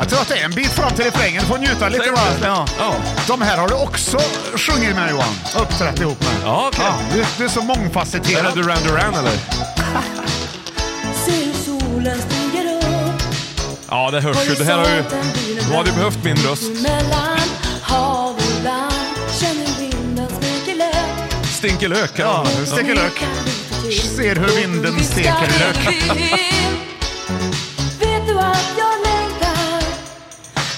B: Jag tror att det är en bit fram till refrängen. Får njuta lite
D: Säg
B: bara.
D: det.
B: Ja.
D: Ja.
B: De här har du också sjungit med Johan. Uppträtt ihop med.
D: Ja, okej.
B: du, du är så
D: Är det
B: mångfacetterad.
D: Duran Duran eller? Ja, det hörs ju. Det här har ju... De hade ju behövt min röst. Stinker lök. kan
B: Ja,
D: man-
B: nu steker lök. Ser hur vinden steker lök.
J: Vet du att jag längtar?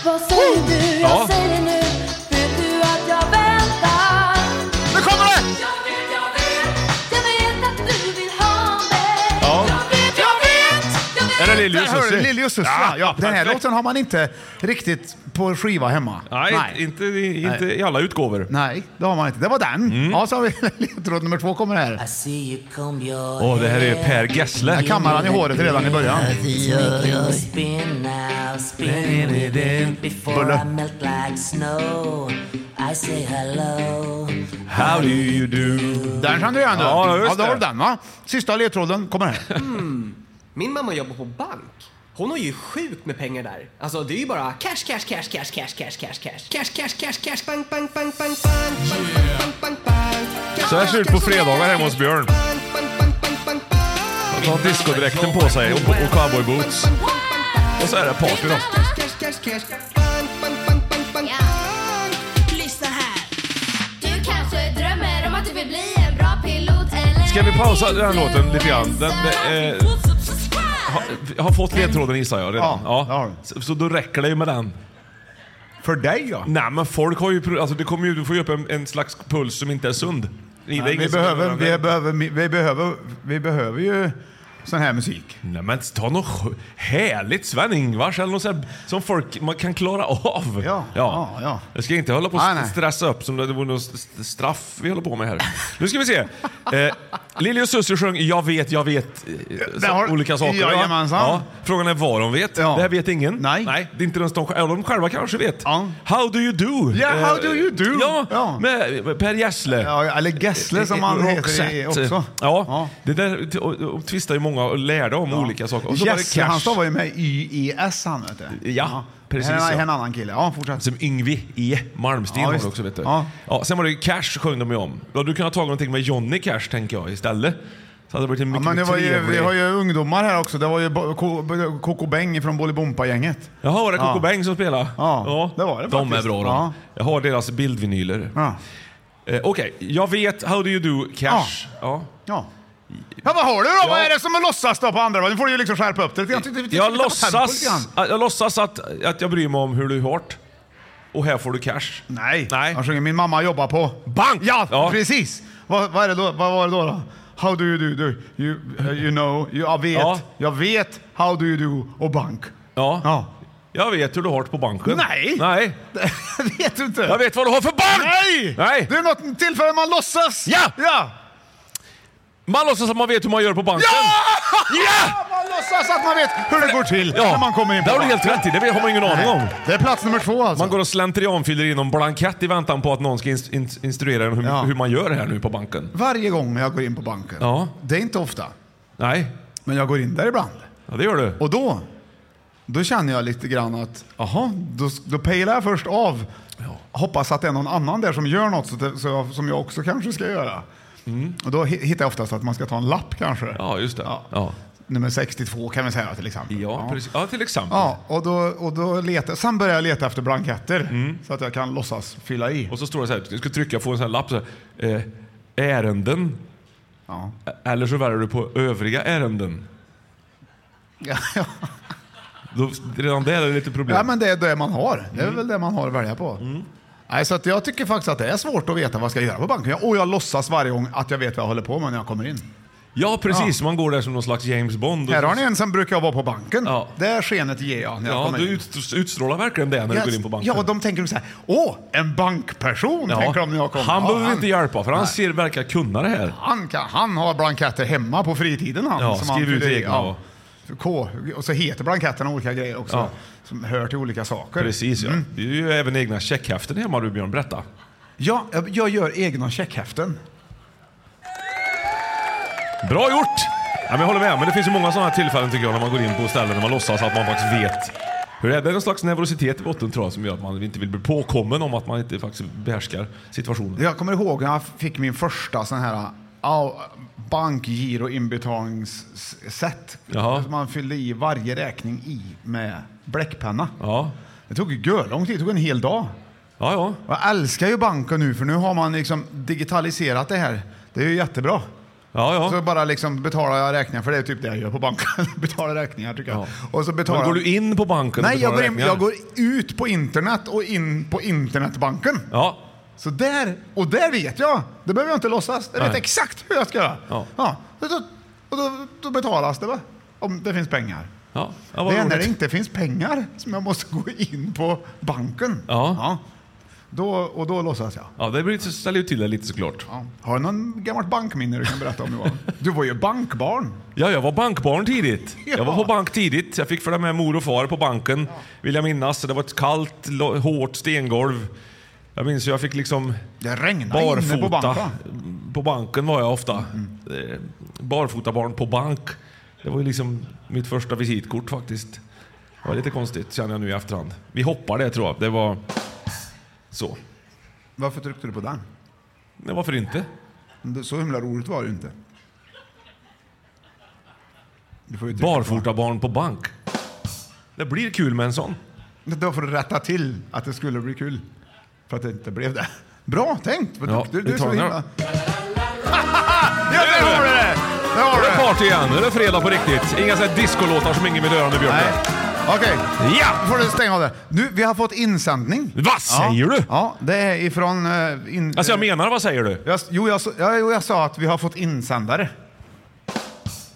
J: Vad säger du? Jag
D: Ja.
J: säger nu. Vet du att jag väntar?
B: Nu kommer det!
J: Jag vet, jag vet. Jag vet att du vill ha mig.
D: Ja.
J: Jag vet, jag vet. Jag vet.
D: Är det lill
B: Där hör du lill Jussi. Ja, ja, den här
D: perfekt.
B: låten har man inte riktigt på skiva hemma.
D: Nej, Inte, i- inte i alla utgåvor.
B: Nej, det har man inte. Det var den.
D: Mm.
B: Ja, så har vi ledtråd nummer två kommer här.
D: Åh, det här är Per Gessle.
B: Jag kammar han i håret redan i början.
K: Spin now, spin it in before I melt like snow. I say hello.
D: How do you do?
B: Den kände du igen du.
D: Ja, just
B: ja, då har du
D: det.
B: den va? Sista ledtråden kommer här.
K: Min mamma jobbar på bank. Hon har ju sjukt med pengar där. Alltså det är ju bara cash, cash, cash, cash, cash, cash, cash, cash. Cash, cash, cash, cash, bank, bank, bank, bank, bank, bank, bank, bank, bank. Cash,
D: Så här ser det ut på
K: cash, cash,
D: fredagar hemma
K: cash,
D: hos Björn.
K: bank, bank, bank, bank, bank, bank.
D: Han har discodräkten på sig och, och cowboyboots. Och så är det party då.
K: Cash, cash, cash, cash, bank, bank, bank, bank, bank, bank.
J: Lyssna här. Du kanske drömmer om att du vill bli en bra pilot eller
D: Ska vi pausa den här låten lite grann? Den, eh,
J: eh,
D: Jag har fått ledtråden gissar jag redan.
B: Ja, det har du.
D: Så, så då räcker det ju med den.
B: För dig ja.
D: Nej men folk har ju... pro- Alltså det kommer ju... Du får ju upp en, en slags puls som inte är sund. Det är
B: Nej,
D: ingen
B: vi,
D: som
B: behöver,
D: kan
B: vi,
D: göra det.
B: behöver, vi, behöver, vi behöver ju sån här musik.
D: Nej men ta något skö- härligt Sven-Ingvars eller något sånt här som folk man kan klara av. Ja, ja. Jag ska inte hålla på
B: Nej,
D: att
B: nej.
D: stressa upp som om det vore något st- st- straff vi håller på med här. Nu ska vi se. Eh, Lili och Susie sjöng Jag vet, jag vet eh,
B: Det har-
D: olika saker. va?
B: Jajamensan.
D: Frågan är vad de vet. Det här vet ingen. Nej. det är inte ens de, sj- eller de själva kanske vet. How do you do?
B: Ja,
D: Eh,
B: how do you do?
D: Ja, Med, med Per Gessle.
B: Ja, eller Gessle som
D: Eh,
B: han heter
D: Roxette.
B: i också.
D: Ja, det där t- och, och tvistar ju många och lärde om olika saker. Och så var det
B: Yes,
D: Cash.
B: han stavar ju med Y-E-S han vet du.
D: Ja, precis.
B: Han är
D: ja.
B: en annan kille. Ja, fortsätt.
D: Som Yngvi E. Malmsteen
B: Ja,
D: var det
B: visst.
D: också vet du. Ja.
B: Ja.
D: sen var det ju Cash sjöng de ju om. Då hade du kunnat ta någonting med Johnny Cash tänker jag istället. Så hade det blivit en
B: Ja,
D: mycket,
B: men det
D: mycket
B: var ju, vi
D: trevlig...
B: har ju ungdomar här också. Det var ju Bo- Ko- Coco Beng från Bolibompa-gänget.
D: Jaha, var det Coco
B: Ja.
D: Bang som spelade? Ja, det var det De
B: faktiskt.
D: är bra de.
B: Ja.
D: Jag har deras bildvinyler.
B: Ja.
D: Eh, Okej, jag vet How Do You Do Cash. Ja.
B: Ja. Ja, vad har du då?
D: Ja.
B: Vad är det som är låtsas då på andra Nu får du ju liksom skärpa upp dig lite grann. Titta- titta-
D: Jag
B: titta på tempot
D: låtsas,
B: lite grann.
D: jag låtsas att, att jag bryr mig om hur du har det. Och här får du cash.
B: Nej, Nej. han sjunger Min mamma jobbar på... Bank! Ja,
D: Ja.
B: precis! Vad, vad, är det då? vad var det då? då? How do you do? do you, uh, you know, you, jag vet,
D: Ja.
B: jag vet how do you do och bank.
D: Ja. Jag vet hur du har det på banken.
B: Nej.
D: Nej!
B: vet du inte?
D: Jag vet vad du har för bank!
B: Nej!
D: Nej!
B: Det är något tillfälle man låtsas!
D: Ja!
B: Ja!
D: Man låtsas att man vet hur man gör på banken. Ja!
B: Man låtsas att man vet hur det går till
D: Ja.
B: när man kommer in på
D: Det har du
B: bank.
D: helt rätt i. Det har man ingen aning
B: Nej.
D: om.
B: Det är plats nummer två alltså.
D: Man går och slentrianfyller i någon blankett i väntan på att någon ska ins- ins- instruera en hur,
B: Ja.
D: hur man gör det här nu på banken.
B: Varje gång jag går in på banken,
D: Ja.
B: det är inte ofta,
D: Nej.
B: men jag går in där ibland.
D: Ja, det gör du.
B: Och då, då känner jag lite grann att, aha, då, då pejlar jag först av. Hoppas att det är någon annan där som gör något så det, så jag, som jag också kanske ska göra. Och då hi- hittar jag oftast att man ska ta en lapp kanske.
D: Mm. Ja, just det. Ja.
B: Nummer 62 kan vi säga till exempel.
D: Ja, precis. ja, till exempel.
B: Ja, och då, och då letar, sen börjar jag leta efter blanketter så att jag kan låtsas fylla i.
D: Mm. Och så står det så här, du ska trycka på en sån här lapp så här, eh, ärenden. Ä- Eller så väljer du på övriga ärenden. Då, redan där är det lite problem.
B: Ja, men det är det man har. Det är
D: Mm.
B: väl det man har att välja på. Nej, så att jag tycker faktiskt att det är svårt att veta vad jag ska göra på banken. Jag- Och jag låtsas varje gång att jag vet vad jag håller på med när jag kommer in.
D: Ja, precis. Man går där som någon slags James Bond.
B: Här har ni en som brukar vara på banken. Det skenet ger jag när jag
D: Ja,
B: kommer
D: du
B: in.
D: ut, utstrålar verkligen det när
B: Ja,
D: du går in på banken.
B: Ja, de tänker så här. Åh, en bankperson
D: Ja.
B: tänker de när jag kommer.
D: Han
B: Ja,
D: behöver inte hjälpa, för han
B: Nej.
D: ser, verkar kunna det här.
B: Han, kan, han har blanketter hemma på fritiden han.
D: Ja,
B: han
D: skriver ut
B: fyller i.
D: egna och-
B: K. Och så heter blanketterna olika grejer också.
D: Ja.
B: Som hör till olika saker.
D: Precis ja.
B: Mm.
D: Det är ju även egna checkhäften hemma du Björn, berätta.
B: Ja, jag- jag gör egna checkhäften.
D: Bra gjort! Ja, men jag håller med, men det finns ju många sådana här tillfällen tycker jag när man går in på ställen och man låtsas att man faktiskt vet hur det är. Det är någon slags nervositet i botten tror jag som gör att man inte vill bli påkommen om att man inte faktiskt behärskar situationen.
B: Jag kommer ihåg när jag fick min första sån här au- bankgiroinbetalningssätt.
D: Jaha.
B: Som Man fyllde i varje räkning i med bläckpenna.
D: Ja.
B: Det tog ju lång tid, det tog en hel dag.
D: Ja, ja.
B: Och jag älskar ju banken nu för nu har man liksom digitaliserat det här. Det är ju jättebra.
D: Ja, ja.
B: Så bara liksom betalar jag räkningar, för det är typ det jag gör på banken. betalar räkningar tycker jag. Och så betalar
D: Men går du in på banken och
B: Nej, jag
D: betalar
B: går, in,
D: räkningar?
B: jag går ut på internet och in på internetbanken.
D: Ja.
B: Så där, och där vet jag. Det behöver jag inte låtsas. Jag vet
D: Nej.
B: exakt hur jag ska göra.
D: Ja.
B: Och då, och då, då betalas det va? Om det finns pengar.
D: Ja. Ja, vad
B: det är när
D: roligt.
B: det inte finns pengar som jag måste gå in på banken.
D: Ja.
B: Då, och då låtsas jag.
D: Ja, det blir- ställer ju till det lite såklart.
B: Ja. Har du någon gammalt bankminne du kan berätta om Johan? Du var ju bankbarn.
D: Ja, jag var bankbarn tidigt. Jag var på bank tidigt. Jag fick följa med mor och far på banken, vill jag minnas. Det var ett kallt, lo- hårt stengolv. Jag minns hur jag fick liksom...
B: Det regnade inne på banken.
D: På banken var jag ofta. Eh, Barfota barn på bank. Det var ju liksom mitt första visitkort faktiskt. Det var lite konstigt, känner jag nu i efterhand. Vi hoppar det tror jag. Det var så.
B: Varför tryckte du på den?
D: Men varför inte?
B: Det- Så himla roligt var det ju inte. Du får ju trycka på den.
D: Barfota barn på bank. Det blir kul med en sån.
B: Då får du rätta till att det skulle bli kul. För att det inte blev det. Bra tänkt! Vad
D: Ja,
B: duktig. Du
D: vi
B: är
D: tar
B: så
D: den
B: himla...
D: här.
B: ja, där har du det! Där har
D: Nu
B: du
D: är det
B: det!
D: party igen. Nu är det fredag på riktigt. Inga sådana här discolåtar som ingen vill höra nu, Björn.
B: Nej. Okej,
D: Ja!
B: nu får du stänga av det. Nu, vi har fått insändning.
D: Vad säger
B: ja.
D: du?
B: Ja, det är ifrån... eh, in,
D: Alltså jag menar, vad säger du?
B: Jag, jo, jag, sa- ja, jo, jag sa att vi har fått insändare.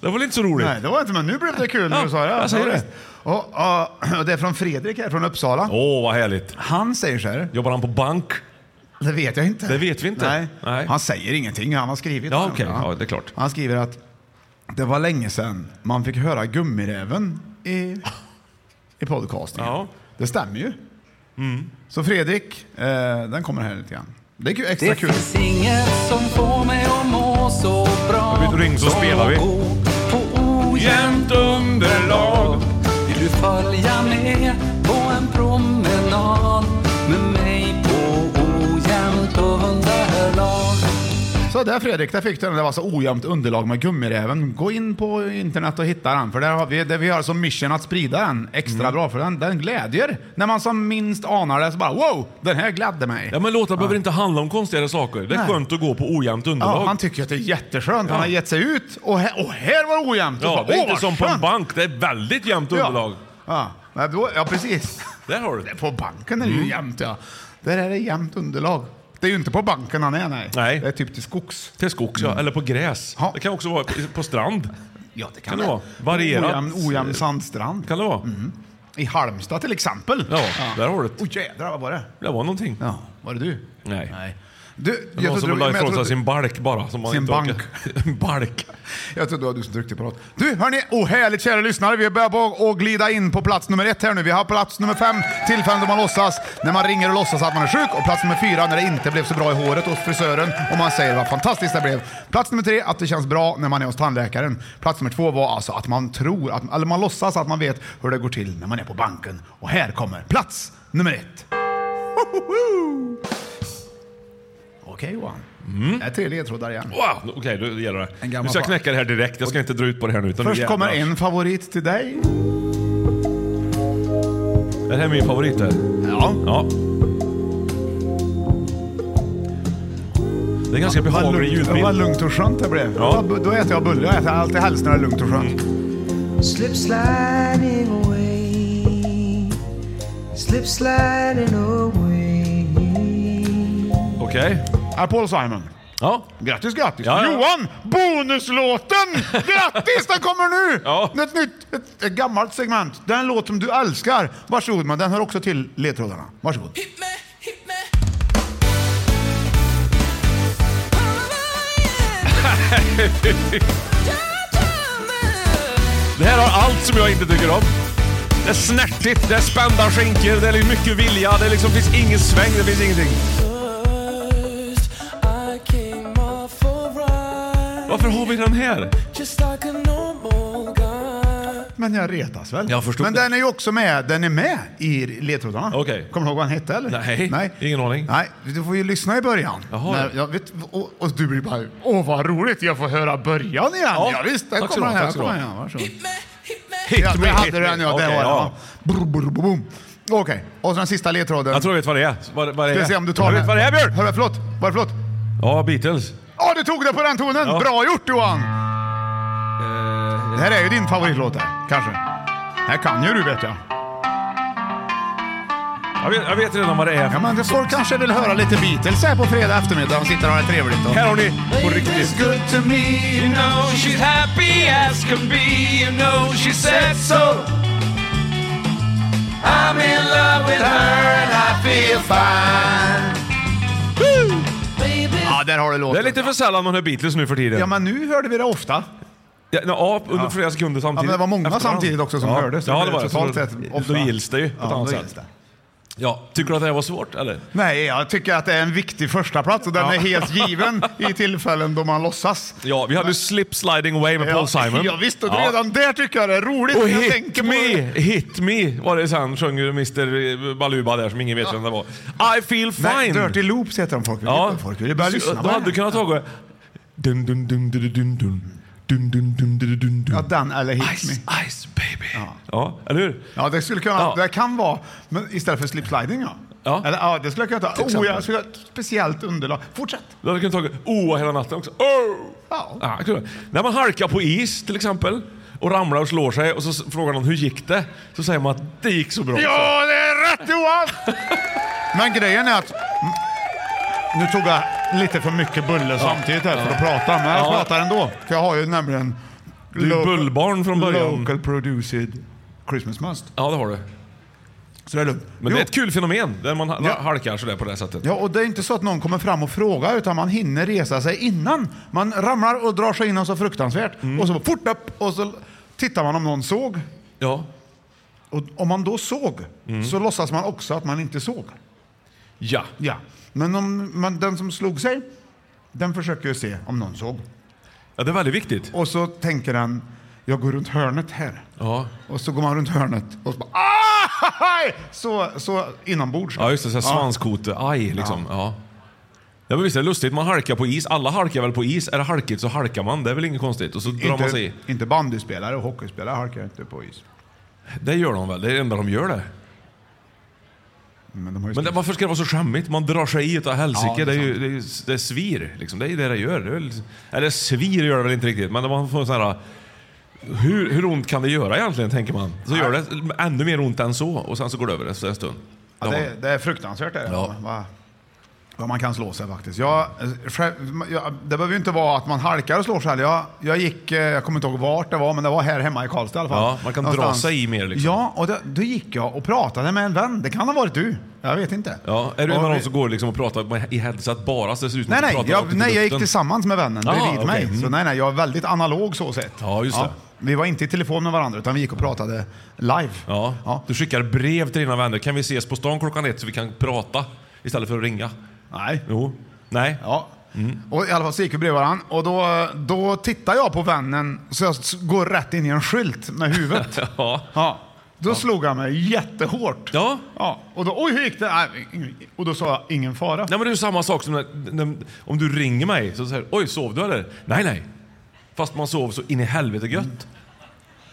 D: Det var väl inte så roligt?
B: Nej, det var inte, men nu blev det kul när
D: Ja,
B: du sa det.
D: jag säger
B: Ja,
D: det.
B: visst. Och, ja, och det är från Fredrik här från Uppsala.
D: Åh, vad härligt.
B: Han säger så här.
D: Jobbar han på bank?
B: Det vet jag inte.
D: Det vet vi inte.
B: Nej. Han säger ingenting, han har skrivit
D: Ja,
B: det.
D: okej. Ja, det är klart.
B: Han skriver att det var länge sedan man fick höra gummiräven i, i podcastingen. Det stämmer ju.
D: Mm.
B: Så Fredrik, eh, den kommer här lite grann. Det är kul, extra
C: Det
B: kul.
C: finns inget som får mig att må så bra
B: Har vi ett ring så spelar vi.
C: Som att gå På ojämnt underlag Vill du följa med på en promenad Med mig på ojämnt underlag
B: Så där Fredrik, där fick du den. Det var så ojämnt underlag med gummiräven. Gå in på internet och hitta den. För där har vi, där vi har som mission att sprida den extra
D: Mm.
B: bra. För den, den glädjer. När man som minst anar det så bara wow, den här glädde mig.
D: Ja, men låtar behöver inte handla om konstigare saker. Det är
B: Nej.
D: skönt att gå på ojämnt underlag.
B: Ja, han tycker att det är jätteskönt. Han
D: Ja.
B: har gett sig ut och här, och här var det ojämnt. Och
D: Ja,
B: så
D: det
B: "Åh,
D: är inte
B: vad
D: som på en
B: skönt."
D: bank. Det är väldigt jämnt
B: Ja.
D: underlag.
B: Ja, ja, då, ja precis.
D: Där har du det.
B: På banken är det
D: Mm.
B: ju jämnt ja. Där är det jämnt underlag. Det är ju inte på banken han är nej.
D: Nej.
B: Det är typ till skogs.
D: Till skogs,
B: Mm.
D: ja. Eller på gräs. Det kan också vara på- på strand.
B: Ja, det
D: Kan det vara? Varierat.
B: Ojämn, ojämn sandstrand.
D: Kan det vara?
B: I Halmstad till exempel.
D: Ja, där har du det.
B: Åh jädrar, vad var det?
D: Det var någonting.
B: Ja, var det du?
D: Nej.
B: Du,
D: Det var någon
B: trodde
D: som
B: du-
D: la
B: men jag
D: ifrån sig
B: trodde-
D: sin balk bara. Som man
B: Sin
D: inte
B: bank.
D: orkar- balk.
B: Jag trodde det var du som tryckte på något. Du, hörni, oh, härligt kära lyssnare. Vi börjar på att glida in på plats nummer ett här nu. Vi har plats nummer fem, tillfällen då man låtsas, när man ringer och låtsas att man är sjuk. Och plats nummer fyra, när det inte blev så bra i håret hos frisören och man säger vad fantastiskt det blev. Plats nummer tre, att det känns bra när man är hos tandläkaren. Plats nummer två var alltså att man tror, att, eller man låtsas att man vet hur det går till när man är på banken. Och här kommer plats nummer ett. Hohoho! Okej Johan. Det är tre ledtrådar igen.
D: Wow, okej, då gäller det.
B: En
D: Nu
B: gammal
D: ska jag
B: bank.
D: knäcka det här direkt. Jag ska inte dra ut på det här nu. Utan nu
B: Först kommer
D: jävlar.
B: en favorit till dig.
D: Det här är min favorit här.
B: Ja.
D: ja. Det är ganska
B: Vad
D: behaglig
B: lugnt, vad
D: ljudbild.
B: lugnt och skönt det blev.
D: Ja.
B: Då, då äter jag bulle. Jag äter alltid helst när det är lugnt och skönt.
D: Mm.
C: Slip sliding away Slip sliding away
D: Okej.
B: Okay. Paul Simon.
D: Ja.
B: Grattis, grattis.
D: Mm. Ja, ja.
B: Johan! Bonuslåten! Grattis, den kommer nu!
D: Ja.
B: Det är Ett nytt, ett, ett gammalt segment. Den låt som du älskar. Varsågod, men den hör också till ledtrådarna. Varsågod.
D: Det här har allt som jag inte tycker om. Det är snärtigt, det är spända skinkor, det är mycket vilja, det är liksom finns ingen sväng, det finns ingenting. Varför har vi den här?
B: Men jag retas väl?
D: Jag förstod
B: men
D: det.
B: den är ju också med, den är med i ledtrådarna.
D: Okej.
B: Kommer du ihåg vad han hette eller?
D: Nej, ingen aning.
B: Nej, du får ju lyssna i början.
D: Jaha.
B: När jag vet, och, och du blir bara, åh vad roligt, jag får höra början igen. Ja,
D: Ja.
B: visst, där
D: Tack ska
B: kommer
D: du ha,
B: den här.
D: tack ska du
B: kommer
D: ha.
B: den här. Varsågod.
D: Hit
B: ja,
D: me,
B: där hade
D: hit
B: du
D: me.
B: den ja,
D: Okej,
B: där var den.
D: ja.
B: ja. Brr, brr, brr, boom. Okej, och så den sista ledtråden.
D: Jag tror jag vet vad det är. Vad, vad det
B: Ska
D: är.
B: vi se om du
D: jag
B: tar
D: vet
B: den.
D: vad det är Björn!
B: Hörru, förlåt, var det förlåt?
D: Ja, Beatles.
B: Ja, du tog det på den tonen!
D: Ja. Eh.
B: Bra gjort Johan! Det här är ju din favoritlåt här, kanske. Det här kan ju du vet jag.
D: Jag vet, jag vet redan vad det är.
B: Ja, men det folk kanske vill höra lite Beatles här på fredag eftermiddag. De sitter och har det trevligt. Och...
D: Här har ni på riktigt.
C: good to me, you know she's happy as can be, you know she said so. I'm in love with her and I feel fine.
B: Ja, där har du
D: Det är
B: låten.
D: lite för sällan man hör Beatles nu för tiden.
B: Ja,
D: Ja,
B: men nu hörde vi det ofta.
D: ja, under flera sekunder
B: Ja, men
D: samtidigt.
B: det var många
D: Efter varandra.
B: samtidigt också som
D: ja.
B: hörde. så
D: Ja, det
B: blev
D: var det.
B: Totalt
D: Så
B: sett
D: då-
B: ofta.
D: Då gills det ju på ett
B: Ja,
D: annat
B: då gills
D: sätt.
B: det.
D: Ja, tycker du att det här var svårt eller?
B: Nej, jag tycker att det är en viktig första plats och den är helt given i tillfällen då man låtsas.
D: Ja, vi hade ju Slip Sliding Away med Paul Simon.
B: Ja, visst, och redan där tycker jag det är roligt.
D: Och
B: Jag
D: Hit
B: tänker på
D: Me,
B: det.
D: Hit Me var det sen sjöng ju Mr Baluba där som ingen vet vem det var. I feel fine.
B: Nej, Dirty Loops heter de folk vill
D: Ja.
B: veta. Folk vill börja
D: Så,
B: lyssna
D: Då
B: på
D: hade du
B: den.
D: kunnat ta dun dun dun dun dun dun dun dun dun dun dun
B: Ja,
D: dun
B: den eller Hit Me.
D: Ice, ice baby. Ja, eller hur?
B: Ja, det skulle kunna,
D: Ja.
B: det kan vara, men istället för slip sliding ja.
D: Ja.
B: Eller, ja, det skulle jag kunna ta.
D: exempel.
B: Oh, jag skulle ha ett speciellt underlag. Fortsätt.
D: Då hade du kunnat ta Oa hela natten också. Oh!
B: Ja.
D: Ja, kul. När man halkar på is till exempel och ramlar och slår sig och så s- frågar någon hur gick det? Så säger man att det gick så bra.
B: Ja, det är rätt Johan! Men grejen är att... Nu tog jag lite för mycket bulle samtidigt här för att prata, men jag
D: Ja.
B: pratar ändå. För jag har ju nämligen
D: Du är bullbarn från början.
B: Local produced Christmas must.
D: Ja, det har du.
B: Så det är lugnt.
D: Men det
B: Jo.
D: är ett kul fenomen, där man ha- halkar sådär på det här sättet.
B: Ja, och det är inte så att någon kommer fram och frågar utan man hinner resa sig innan. Man ramlar och drar sig innan så fruktansvärt.
D: Mm.
B: Och så fort upp och så tittar man om någon såg.
D: Ja.
B: Och om man då såg
D: Mm.
B: så låtsas man också att man inte såg.
D: Ja.
B: ja. Men om man, den som slog sig, den försöker ju se om någon såg.
D: Ja, det är väldigt viktigt.
B: Och så tänker han, jag går runt hörnet här.
D: Ja.
B: Och så går man runt hörnet och så bara, ah! Så, så inombords.
D: Ja, just det. Så här svanskote, aj liksom. Ja. Ja men visst är det lustigt, man halkar på is. Alla halkar väl på is. Är det halkigt så halkar man, det är väl inget konstigt. Och så drar man sig i.
B: Inte, inte bandyspelare och hockeyspelare halkar inte på is.
D: Det gör de väl, det är det enda de gör det.
B: Men, de har ju
D: det, varför ska det vara så skämmigt? Man drar sig i utav helsike. det,
B: Ja, det
D: är
B: är
D: ju, det, är, ju- det är svir, liksom. det är ju det det gör. Det är väl, eller svir gör det väl inte riktigt, men man får sån här... Hur, hur ont kan det göra egentligen, tänker man. Så gör det ännu mer ont än så, och sen så går det över efter en stund.
B: Ja,
D: Ja.
B: det, är- det är fruktansvärt det.
D: Ja.
B: Ja. Vad, vad man kan slå sig faktiskt. Jag, eh, själv, jag, det behöver ju inte vara att man halkar och slår sig. heller. Jag, jag gick, eh, jag kommer inte ihåg vart det var, men det var här hemma i Karlstad i alla fall.
D: Ja, man kan dra sig i mer, liksom.
B: Ja, och det, då gick jag och pratade med en vän. Det kan ha varit du. Jag vet inte.
D: Ja, är du en
B: Och
D: av de
B: vi-
D: som går liksom och pratar med- i headset bara så det ser ut som
B: Nej,
D: att du
B: nej,
D: pratar rakt ut i
B: jag, nej, jag gick
D: luften?
B: tillsammans med vännen
D: Ah,
B: bredvid
D: okej.
B: mig. Så
D: Mm.
B: nej, nej, jag är väldigt analog så sett.
D: Ja, just det.
B: Vi var inte i telefon med varandra, utan vi gick och pratade live.
D: Ja. Du skickar brev till dina vänner. Kan vi ses på stan klockan ett så vi kan prata istället för att ringa?
B: Nej.
D: Jo. Nej.
B: Ja. Mm. Och i alla fall så gick vi bredvid varandra och då, då tittar jag på vännen så jag s- går rätt in i en skylt med huvudet.
D: ja.
B: ja. Då slog han mig jättehårt.
D: Ja.
B: ja. Och då, oj hur gick det? Nej, Och då sa jag, ingen fara.
D: Nej men det är ju samma sak som när, när, om du ringer mig så säger oj sov du eller? Nej nej. Fast man sov så in i helvete gött.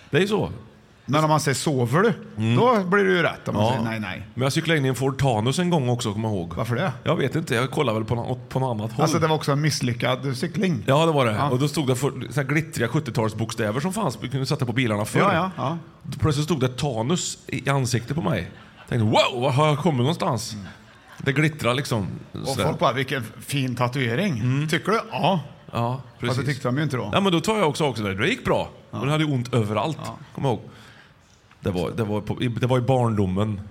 D: Det är ju så.
B: Men om man säger sover du? Då blir det ju rätt om man
D: Mm. Ja.
B: säger nej, nej.
D: Men jag cyklade in i en Ford Tanus en gång också kommer jag ihåg.
B: Varför det?
D: Jag vet inte, jag kollade väl på, nå- åt- på något annat håll.
B: Alltså det var också en misslyckad cykling.
D: Ja det var det. Och då stod det för, så här glittriga 70-talsbokstäver som fanns, vi kunde sätta på bilarna förr.
B: Ja, ja, ja.
D: Plötsligt stod det Tanus i ansiktet på mig. Tänkte wow, var har jag kommit någonstans? Det glittrar liksom.
B: Och
D: sådär.
B: folk bara, vilken fin tatuering. Tycker du? Ja.
D: Ja,
B: Fast det
D: Mm. precis.
B: tyckte de ju inte då.
D: Ja, men då tar jag också också det. Det gick bra. Men det hade ju ont överallt. Kom ihåg. Det var, det, var på, i- det var i barndomen.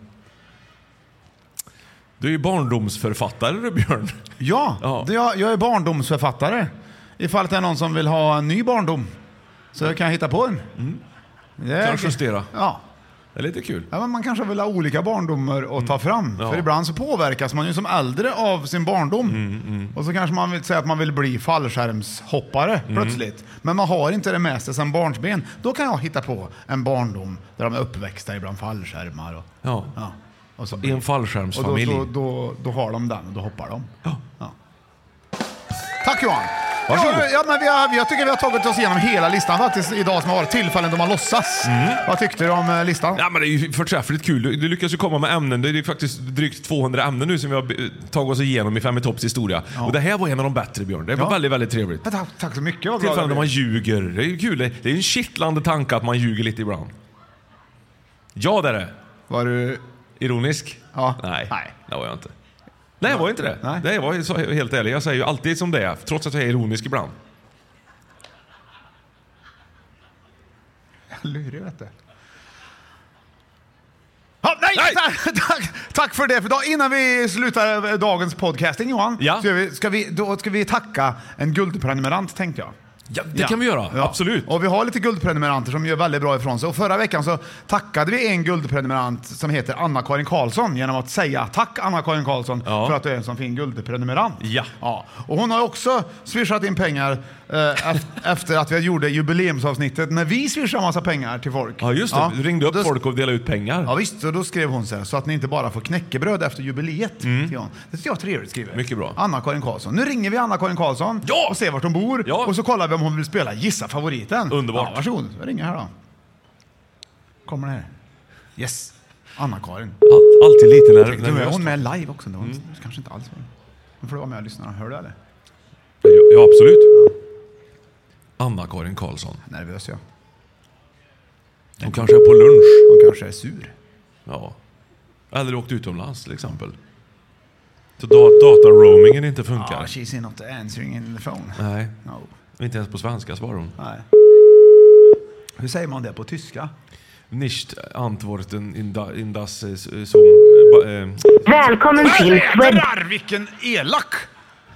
D: Du är ju barndomsförfattare du Björn.
B: Ja, Det, jag, jag är barndomsförfattare. Ifall det är någon som vill ha en ny barndom så kan jag hitta på en.
D: Mm.
B: Det är-
D: Kan du justera?
B: Ja.
D: Det är lite kul.
B: Ja, men man kanske vill ha olika barndomar att ta fram.
D: Mm. Ja.
B: För ibland så påverkas man ju som äldre av sin barndom.
D: Mm,
B: Och så kanske man vill säga att man vill bli fallskärmshoppare
D: Mm.
B: plötsligt. Men man har inte det med sig sedan barnsben. Då kan jag hitta på en barndom där de är uppväxta ibland fallskärmar. Och,
D: Ja.
B: ja. Och så,
D: I en
B: och då,
D: fallskärmsfamilj.
B: då, då, då har de den och då hoppar de. Ja. Tack Johan!
D: Varsågod.
B: Ja, ja, men vi har, jag tycker vi har tagit oss igenom hela listan faktiskt idag som har varit tillfällen då man låtsas. Vad tyckte du om eh, listan?
D: Mm. Ja, men det är ju förträffligt kul. Du, du lyckas ju komma med ämnen. Det är ju faktiskt drygt 200 ämnen nu som vi har be- tagit oss igenom i Fem i topps historia. Och det här var en av de bättre Björn. Det var
B: Ja.
D: väldigt, väldigt trevligt.
B: Ja, Tack, tack så mycket, vad glad jag
D: Tillfällen när
B: blev.
D: man ljuger. Det är ju kul. Det det är ju en kittlande tanke att man ljuger lite ibland. Ja, det är det.
B: Var du...
D: Ironisk?
B: Ja.
D: Nej, det var jag inte. Nej, jag var inte det. Nej. Det var ju så helt ärligt. Jag säger ju alltid som det är, trots att jag är ironisk ibland.
B: Lurig vet du. Ja, nej! Tack, tack för det för idag. Innan vi slutar dagens podcasting Johan,
D: Ja.
B: ska, vi, ska, vi, då ska vi tacka en guldprenumerant tänkte jag.
D: Ja, det kan vi göra.
B: Ja.
D: Absolut.
B: Och vi har lite guldprenumeranter som gör väldigt bra ifrån sig. Och förra veckan så tackade vi en guldprenumerant som heter Anna-Karin Karlsson genom att säga tack Anna-Karin Karlsson
D: Ja.
B: för att du är en sån fin guldprenumerant.
D: Ja.
B: Ja. Och hon har också swishat in pengar eh, ef- efter att vi gjorde jubileumsavsnittet när vi swishade massa pengar till folk.
D: Ja, just det. Du ringde upp
B: Och då-
D: folk och delade ut pengar.
B: Ja visst, och då skrev hon så här, så att ni inte bara får knäckebröd efter jubileet. till hon. Det tycker jag är trevligt skrivet.
D: Mm. Mycket bra.
B: Anna-Karin Karlsson. Nu ringer vi Anna-Karin Karlsson
D: Ja!
B: och ser vart hon bor.
D: Ja.
B: Och så kollar vi om hon vill spela Gissa favoriten.
D: Underbart.
B: Ja, varsågod, jag ringer här då. Kommer det här. Yes. Anna-Karin.
D: All, alltid lite när,
B: Nu är
D: nervös. Mm.
B: hon med live också. Det var hon kanske inte alls var. Nu får du vara med och lyssna. Hör du eller?
D: Ja, absolut. Anna-Karin Karlsson.
B: Nervös ja.
D: Hon kanske är på lunch.
B: Hon kanske är sur.
D: Ja. Eller åkt utomlands till exempel. Så da- dataroamingen inte
B: Ah,
D: funkar.
B: she's not answering in the phone.
D: Nej.
B: No.
D: Inte ens på svenska svarar hon.
B: Nej. Hur säger man det på tyska?
D: Nicht antworten in, da, in das eh, som... eh, ba- eh,
B: Välkommen
D: till Swed-
B: Jädrar vilken elak!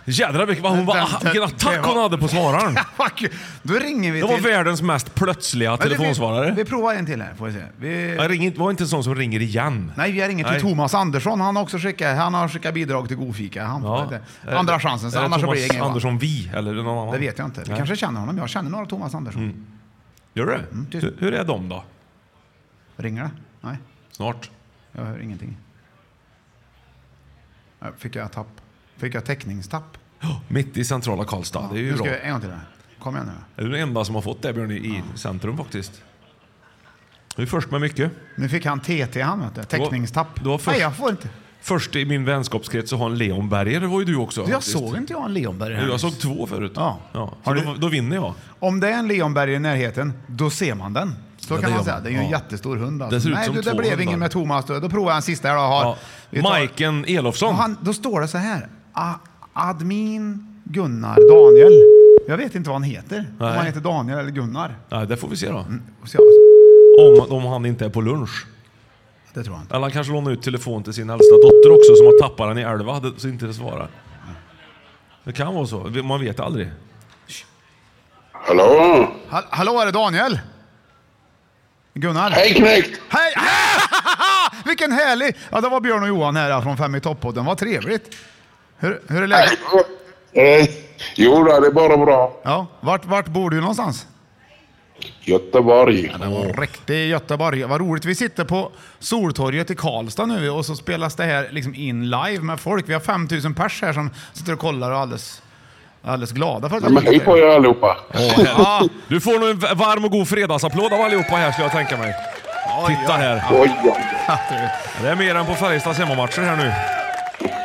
D: Jädrar vilken, vad hon var, vilken attack hon hade på svararen.
B: Fuck you. Då ringer vi
D: Det var
B: till-
D: världens mest plötsliga
B: Men det-
D: telefonsvarare.
B: Vi, vi provar en till här, får vi se. Vi,
D: Jag ringer, inte- var inte en sån som ringer igen.
B: nej, vi har ringt till
D: Nej.
B: Thomas Andersson. Han har också skickat, han har skickat bidrag till Godfika. Han, vet du. Andra chansen, så
D: Är det
B: annars
D: Eh,
B: så
D: Thomas
B: blir det ingen. va?
D: Andersson Vi eller någon annan?
B: Det vet jag inte. Vi
D: Nej. Mm.
B: kanske känner honom. Jag känner några Thomas Andersson.
D: Gör du det?
B: Mm,
D: Hur- Hur är de då?
B: Ringer det? Nej,
D: Snart.
B: jag hör ingenting. Nej, Fick jag tapp? Fick jag täckningstapp?
D: Mitt i centrala Karlstad. det är ju
B: Nu
D: bra.
B: ska jag en gång till. här. Kom igen nu.
D: Är du den enda som har fått det Björn i, i centrum faktiskt? Du är först med mycket.
B: Nu fick han TT han vet du. Täckningstapp.
D: Du var först,
B: Nej, jag får inte.
D: först i min vänskapskrets att ha en Leonberger, det var ju du också.
B: Jag
D: faktiskt.
B: såg inte jag en Leonberg här.
D: Jo, Jag såg två förut.
B: Ja.
D: Så då, då vinner jag.
B: Om det är en leonberg i närheten, då ser man den. Så
D: Ja, det
B: kan
D: gör
B: man
D: man.
B: säga. Det är ju en
D: Ja.
B: jättestor hund. Alltså.
D: Det ser ut
B: Nej,
D: som
B: du, det
D: två
B: blev
D: hundar.
B: ingen med Thomas. Då, då provar jag en sista här. Då. Har,
D: Ja.
B: vi tar-
D: Majken Elofsson.
B: Och han, då står det så här. A, admin Gunnar Daniel. Jag vet inte vad han heter.
D: Nej.
B: Om han heter Daniel eller Gunnar.
D: Nej, det får vi se då.
B: Och så jag-
D: Om, om han inte är på lunch.
B: Det tror jag inte.
D: Eller han kanske lånar ut telefon till sin äldsta dotter också som har tappat den i älva det- så inte det svarar. Det kan vara så. Man vet aldrig.
B: Hallå? hallå, är det Daniel? Gunnar? Hej knekt! Hej! Vilken härlig! Ja, det var Björn och Johan här från Fem i topp-podden. Vad trevligt. Hur, hur är läget?
L: Hej! Jo, då, det är bara bra.
B: Ja, vart, vart bor du någonstans?
L: Göteborg.
B: Korrekt, det är Göteborg. Vad roligt. Vi sitter på Soltorget i Karlstad nu och så spelas det här liksom in live med folk. Vi har 5000 pers här som sitter och kollar och är alldeles, alldeles glada för att
L: Ja, men hej på er allihopa.
D: Ja, du får nog en v- varm och god fredagsapplåd av allihopa här skulle jag tänka mig. Titta här. Det är mer än på Färjestads hemmamatcher här nu.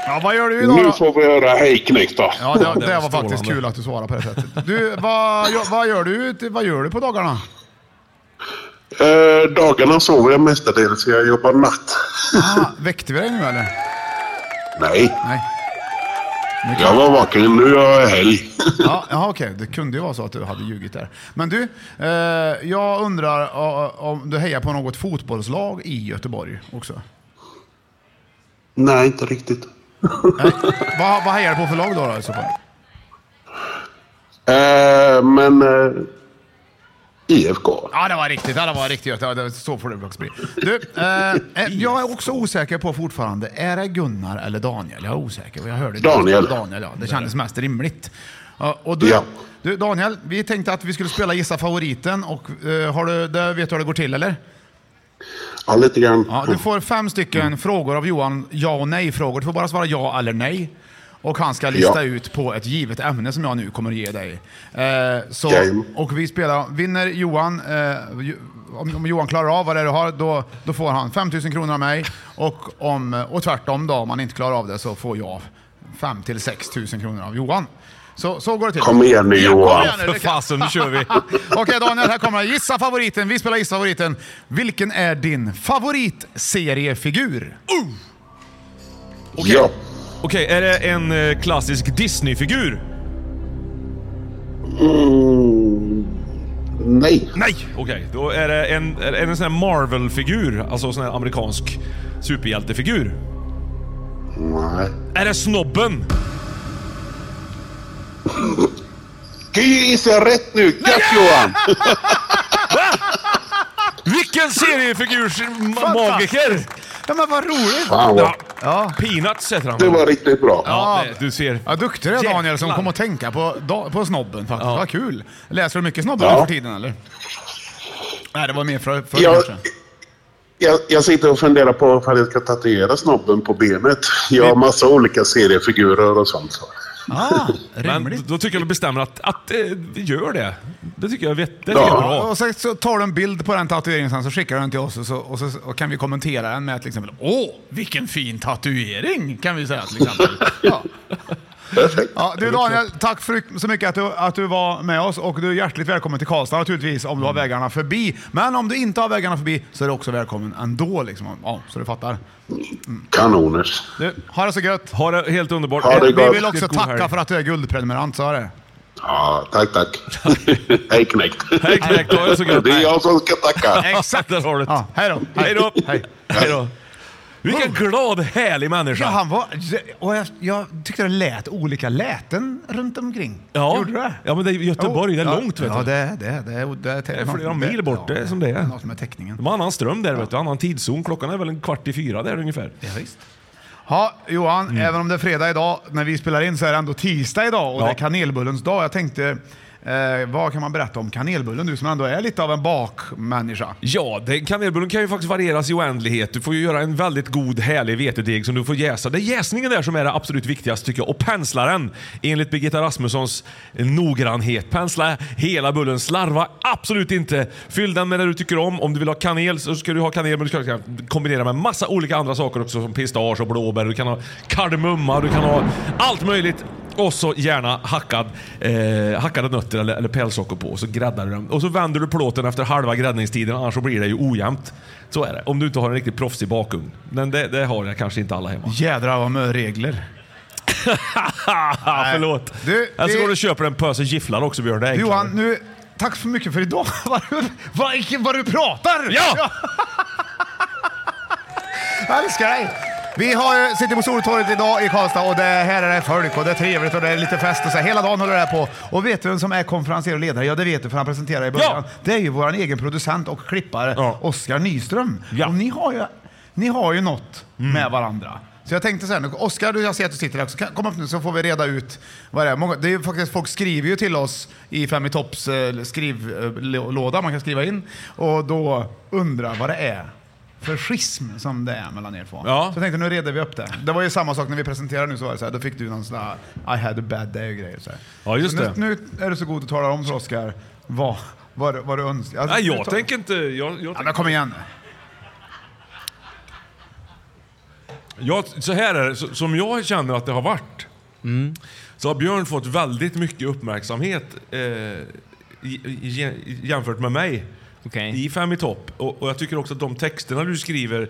B: Ja, vad gör du idag
L: Nu
B: då?
L: får vi höra hej knekt då.
B: Ja, det, det,
D: det var
B: var faktiskt
D: strålande.
B: kul att du svarade på det sättet. Du, vad, gör- vad, gör du, ute- vad gör du på dagarna?
L: Eh, dagarna sover jag mestadels, jag jobbar natt.
B: Ah, väckte vi dig nu eller?
L: Nej,
B: Nej. Men
L: jag
B: klart-
L: var vaken. Nu är jag helg.
B: Ja, ja okej. Det kunde ju vara så att du hade ljugit där. Men du, eh, jag undrar eh, om du hejar på något fotbollslag i Göteborg också?
L: Nej, inte riktigt.
B: Vad, vad hejar du på för lag då, då i så fall?
L: Eh, men eh, IFK.
B: Ja, det var riktigt. Ja, det var riktigt. Ja, det, så får det också bli. Du, eh, eh, jag är också osäker på fortfarande. Är det Gunnar eller Daniel? Jag är osäker. Jag hörde det.
L: Daniel.
B: Daniel, ja. Det kändes mest rimligt. Ja, och du,
L: Ja.
B: du, Daniel, vi tänkte att vi skulle spela Gissa favoriten. Och, eh, har du, det, vet du hur det går till, eller?
L: Ja, lite grann.
B: Ja, du får fem stycken
L: Mm.
B: frågor av Johan, ja och nej-frågor. Du får bara svara ja eller nej. Och han ska lista
L: Ja.
B: ut på ett givet ämne som jag nu kommer att ge dig. Eh, så,
L: Okej.
B: och vi spelar, vinner Johan, eh, ju- om, om Johan klarar av vad det är du har, då, då får han 5000 kronor av mig. Och, om, och tvärtom då, om han inte klarar av det så får jag 5 till 6 000 kronor av Johan. Så, så går det till.
L: Kom igen nu,
B: Ja, kom
L: Johan.
B: igen nu,
D: För
B: det kan-
D: fasen, nu kör vi.
B: Okej Daniel, här kommer den. Gissa favoriten. Vi spelar Gissa favoriten. Vilken är din favoritseriefigur?
L: Ja.
D: Okej, är det en eh, klassisk Disney-figur?
L: Mm, nej.
D: Nej! Okej, då är det en, är det en sån här Marvel-figur. Alltså sån här amerikansk superhjältefigur.
L: Nej.
D: Är det Snobben?
L: Kan ju gissa rätt nu. Gött Johan!
D: Vilken seriefigurs ma- magiker!
B: Ja men vad roligt!
L: Fan vad...
B: Ja,
D: Peanuts heter han.
L: Det var riktigt bra.
D: Ja, det, du ser.
B: ja duktig du är Daniel som
D: Jäklar.
B: kom att tänka på, da- på snobben faktiskt. Vad kul! Läser du mycket snobben
L: Ja.
B: nu för tiden eller? Nej, det var mer för, förr
L: Jag,
B: kanske.
L: jag, jag sitter och funderar på ifall jag ska tatuera snobben på benet. Jag har massa olika seriefigurer och sånt.
B: Ah,
D: Men
B: rimligt.
D: då tycker jag du bestämmer att, att eh, vi gör det. Det tycker jag är vet- det
L: Ja.
D: tycker jag är
B: Ja,
D: bra.
B: Och sen så tar du en bild på den tatueringen sen så skickar du den till oss och så, och så och kan vi kommentera den med till exempel Åh, vilken fin tatuering! Kan vi säga till exempel. Ja.
L: Perfekt.
B: Ja, du Daniel, tack för, så mycket att du, att du var med oss och du är hjärtligt välkommen till Karlstad naturligtvis om
L: Mm.
B: du har vägarna förbi. Men om du inte har vägarna förbi så är du också välkommen ändå. Liksom. Ja, så du fattar.
L: Kanoners.
B: Du, ha det så gött!
D: Ha det helt underbart.
L: Ha det
D: Vi
L: gott.
B: Vi vill också
D: God helg.
B: tacka för att du är guldprenumerant, så är det.
L: Ja, tack, tack. Hej knekt.
D: Hej knekt, ha det så gött.
L: Det är jag som ska tacka.
D: Exakt, där har du det.
B: hej då.
D: Hej då. Hej då. Vilken glad, härlig människa.
B: Ja, han var, och jag, jag tyckte det lät olika läten runt omkring.
D: Ja.
B: Gjorde det?
D: Ja, men det är Göteborg, det är
B: ja.
D: långt, vet
B: ja,
D: du.
B: det är det. Det är, det är,
D: Det är flera mil bort, det är som det är.
B: Något med täckningen.
D: De har annan ström där, vet du. annan tidszon. Klockan är väl en kvart i fyra där ungefär.
B: Ja, visst. Ja, Johan,
D: Mm.
B: även om det är fredag idag, när vi spelar in så är det ändå tisdag idag och det är kanelbullens dag. Jag tänkte, eh, vad kan man berätta om kanelbullen? Du som ändå är lite av en bakmänniska.
D: Ja, det, kanelbullen kan ju faktiskt varieras i oändlighet. Du får ju göra en väldigt god, härlig vetedeg som du får jäsa. Det är jäsningen där som är det absolut viktigaste tycker jag. Och pensla den, enligt Birgitta Rasmussons noggrannhet. Pensla hela bullen, slarva absolut inte. Fyll den med det du tycker om. Om du vill ha kanel så ska du ha kanel, men du ska kombinera med massa olika andra saker också som pistage och blåbär. Du kan ha kardemumma, du kan ha allt möjligt. Och så gärna hackad, eh, hackade nötter eller, eller pälssocker på. Och så gräddar du dem. Och så vänder du plåten efter halva gräddningstiden, annars så blir det ju ojämnt. Så är det. Om du inte har en riktigt proffsig bakugn. Men det, det har jag kanske inte alla hemma.
B: Jädrar vad med regler.
D: Haha, förlåt.
B: Du,
D: Eller så
B: vi-
D: går du och köper en pöse gifflar också Björn. Det är enklare.
B: Johan, nu, tack så mycket för idag. vad, du- vad, vad du pratar!
D: Ja!
B: Jag älskar dig! Vi har, ju- sitter på Stortorget idag i Karlstad och det, här är det folk och det är trevligt och det är lite fest och så här. Hela dagen håller det här på. Och vet du vem som är konferenser och ledare? Ja, det vet du för han presenterar i början. Det är ju vår egen producent och klippare, Oskar Nyström. Och ni har ju, ni har ju något
D: Mm.
B: med varandra. Så jag tänkte så här, nu, Oskar, du- jag ser att du sitter där också. Kan- Kom upp nu så får vi reda ut vad det är. Många, det är ju faktiskt, folk skriver ju till oss i Fem i topps eh, skrivlåda, man kan skriva in. Och då undrar vad det är för schism som det är mellan er två. Så jag tänkte nu reder vi upp det. Det var ju samma sak när vi presenterade nu, så var det så här, då fick du någon sån här I had a bad day och grejer. Så här.
D: Ja, just
B: så
D: det.
B: Nu, nu är du så god och talar om för Oskar vad, vad, du- vad du önskar. Alltså,
D: Nej,
B: du
D: jag
B: tar-
D: tänker inte... Jag, jag
B: Ja, men kom igen
D: Jag, så här är det, så, som jag känner att det har varit, så har Björn fått väldigt mycket uppmärksamhet eh, i, i, i, jämfört med mig i Fem i topp. Och, och jag tycker också att de texterna du skriver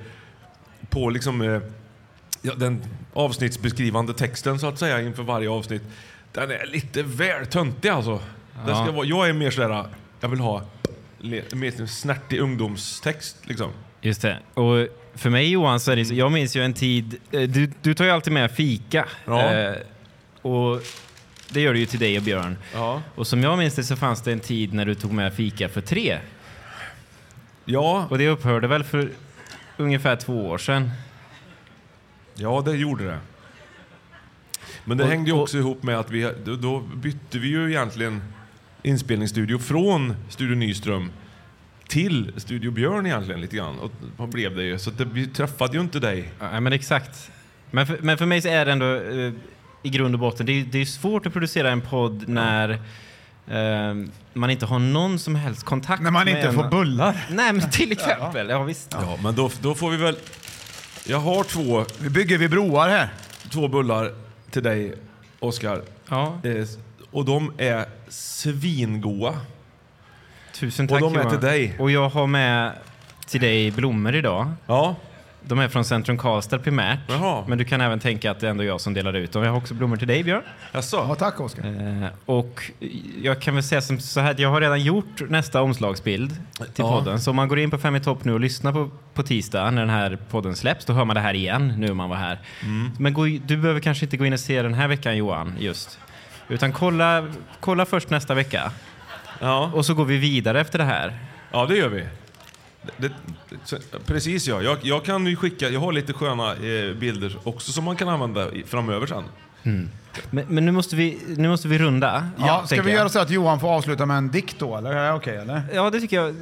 D: på liksom, eh, ja, den avsnittsbeskrivande texten så att säga inför varje avsnitt, den är lite väl töntig alltså. Den
A: Ja.
D: ska vara, jag är mer sådär, jag vill ha le, mer snärtig ungdomstext liksom.
A: Just det. Och för mig Johan, så är det, så- jag minns ju en tid, eh, du, du tar ju alltid med fika.
D: Ja.
A: Eh, och det gör du ju till dig och Björn. Och som jag minns det så fanns det en tid när du tog med fika för tre.
D: Ja.
A: Och det upphörde väl för ungefär två år sedan.
D: Ja, det gjorde det. Men det
A: Och-
D: hängde ju också ihop med att vi, då, då bytte vi ju egentligen inspelningsstudio från Studio Nyström till Studio Björn egentligen lite grann. Och vad blev det ju? Så att det, vi träffade ju inte dig.
A: Nej, men exakt. Men för, men för mig så är det ändå eh, i grund och botten, det är, det är svårt att producera en podd när eh, man inte har någon som helst kontakt
B: När man
A: med
B: inte
A: en-
B: får bullar.
A: Nej, men till exempel. Ja, visst.
D: Ja, men då, då får vi väl... Jag har två...
B: Vi bygger vi broar här.
D: Två bullar till dig, Oskar. Eh,
A: Ja.
D: och de är svingoa.
A: Tusen tack
D: Och de är
A: Johan.
D: till dig.
A: Och jag har med till dig blommor idag.
D: Ja.
A: De är från Centrum Karlstad primärt. Men du kan även tänka att det är ändå jag som delar ut dem. Jag har också blommor till dig Björn.
D: Jaså?
B: Ja, tack Oskar.
A: Eh, och jag kan väl säga som så här, att jag har redan gjort nästa omslagsbild till
D: Ja.
A: podden. Så om man går in på Fem i topp nu och lyssnar på, på tisdag när den här podden släpps, då hör man det här igen nu om man var här.
D: Mm.
A: Men gå, i- du behöver kanske inte gå in och se den här veckan Johan, just. Utan kolla, kolla först nästa vecka. Och så går vi vidare efter det här.
D: Ja, det gör vi. Det, det, så, precis ja. Jag, jag kan ju skicka, jag har lite sköna eh, bilder också som man kan använda i, framöver sen.
A: Men, men nu, måste vi, nu måste vi runda.
B: Ja, ska
A: tänker
B: vi
A: jag.
B: göra så att Johan får avsluta med en dikt då, eller? Är det okej, eller?
A: Ja, det tycker jag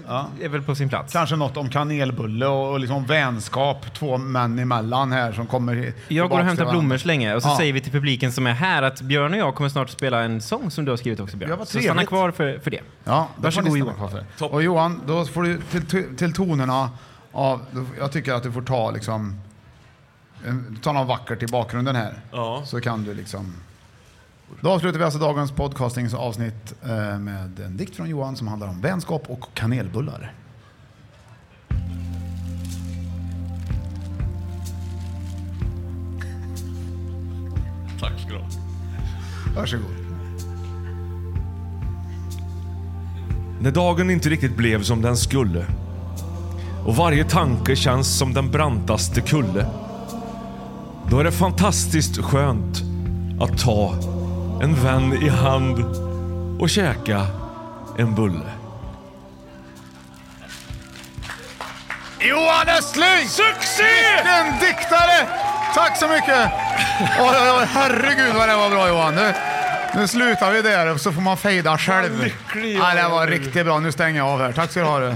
A: är väl på sin plats.
B: Kanske något om kanelbulle och, och liksom vänskap, två män emellan här som kommer Jag
A: Jag går och hämtar blommor så länge och så
B: Ja.
A: säger vi till publiken som är här att Björn och jag kommer snart spela en sång som du har skrivit också Björn.
B: Ja, vad
A: så stanna
B: trevligt.
A: kvar för, för det.
B: Ja, det får
A: Varsågod
B: ni
A: Johan.
B: stanna kvar för. Och Johan, då får du till, till tonerna av, jag tycker att du får ta liksom, en- ta något vackert i bakgrunden här.
D: Ja.
B: Så kan du liksom. Då avslutar vi alltså dagens podcastingsavsnitt eh, med en dikt från Johan som handlar om vänskap och kanelbullar.
D: Tack ska du ha.
B: Varsågod.
D: När dagen inte riktigt blev som den skulle. Och varje tanke känns som den brantaste kulle. Då är det fantastiskt skönt att ta en vän i hand och käka en bulle.
B: Johan Östling!
D: Succé!
B: Vilken diktare! Tack så mycket! Oj, oj, oj, herregud vad det var bra Johan. Nu, nu slutar vi där och så får man fejda själv.
M: lycklig
B: Ja, det
M: jag är.
B: var riktigt bra. Nu stänger jag av här. Tack ska du ha. Du.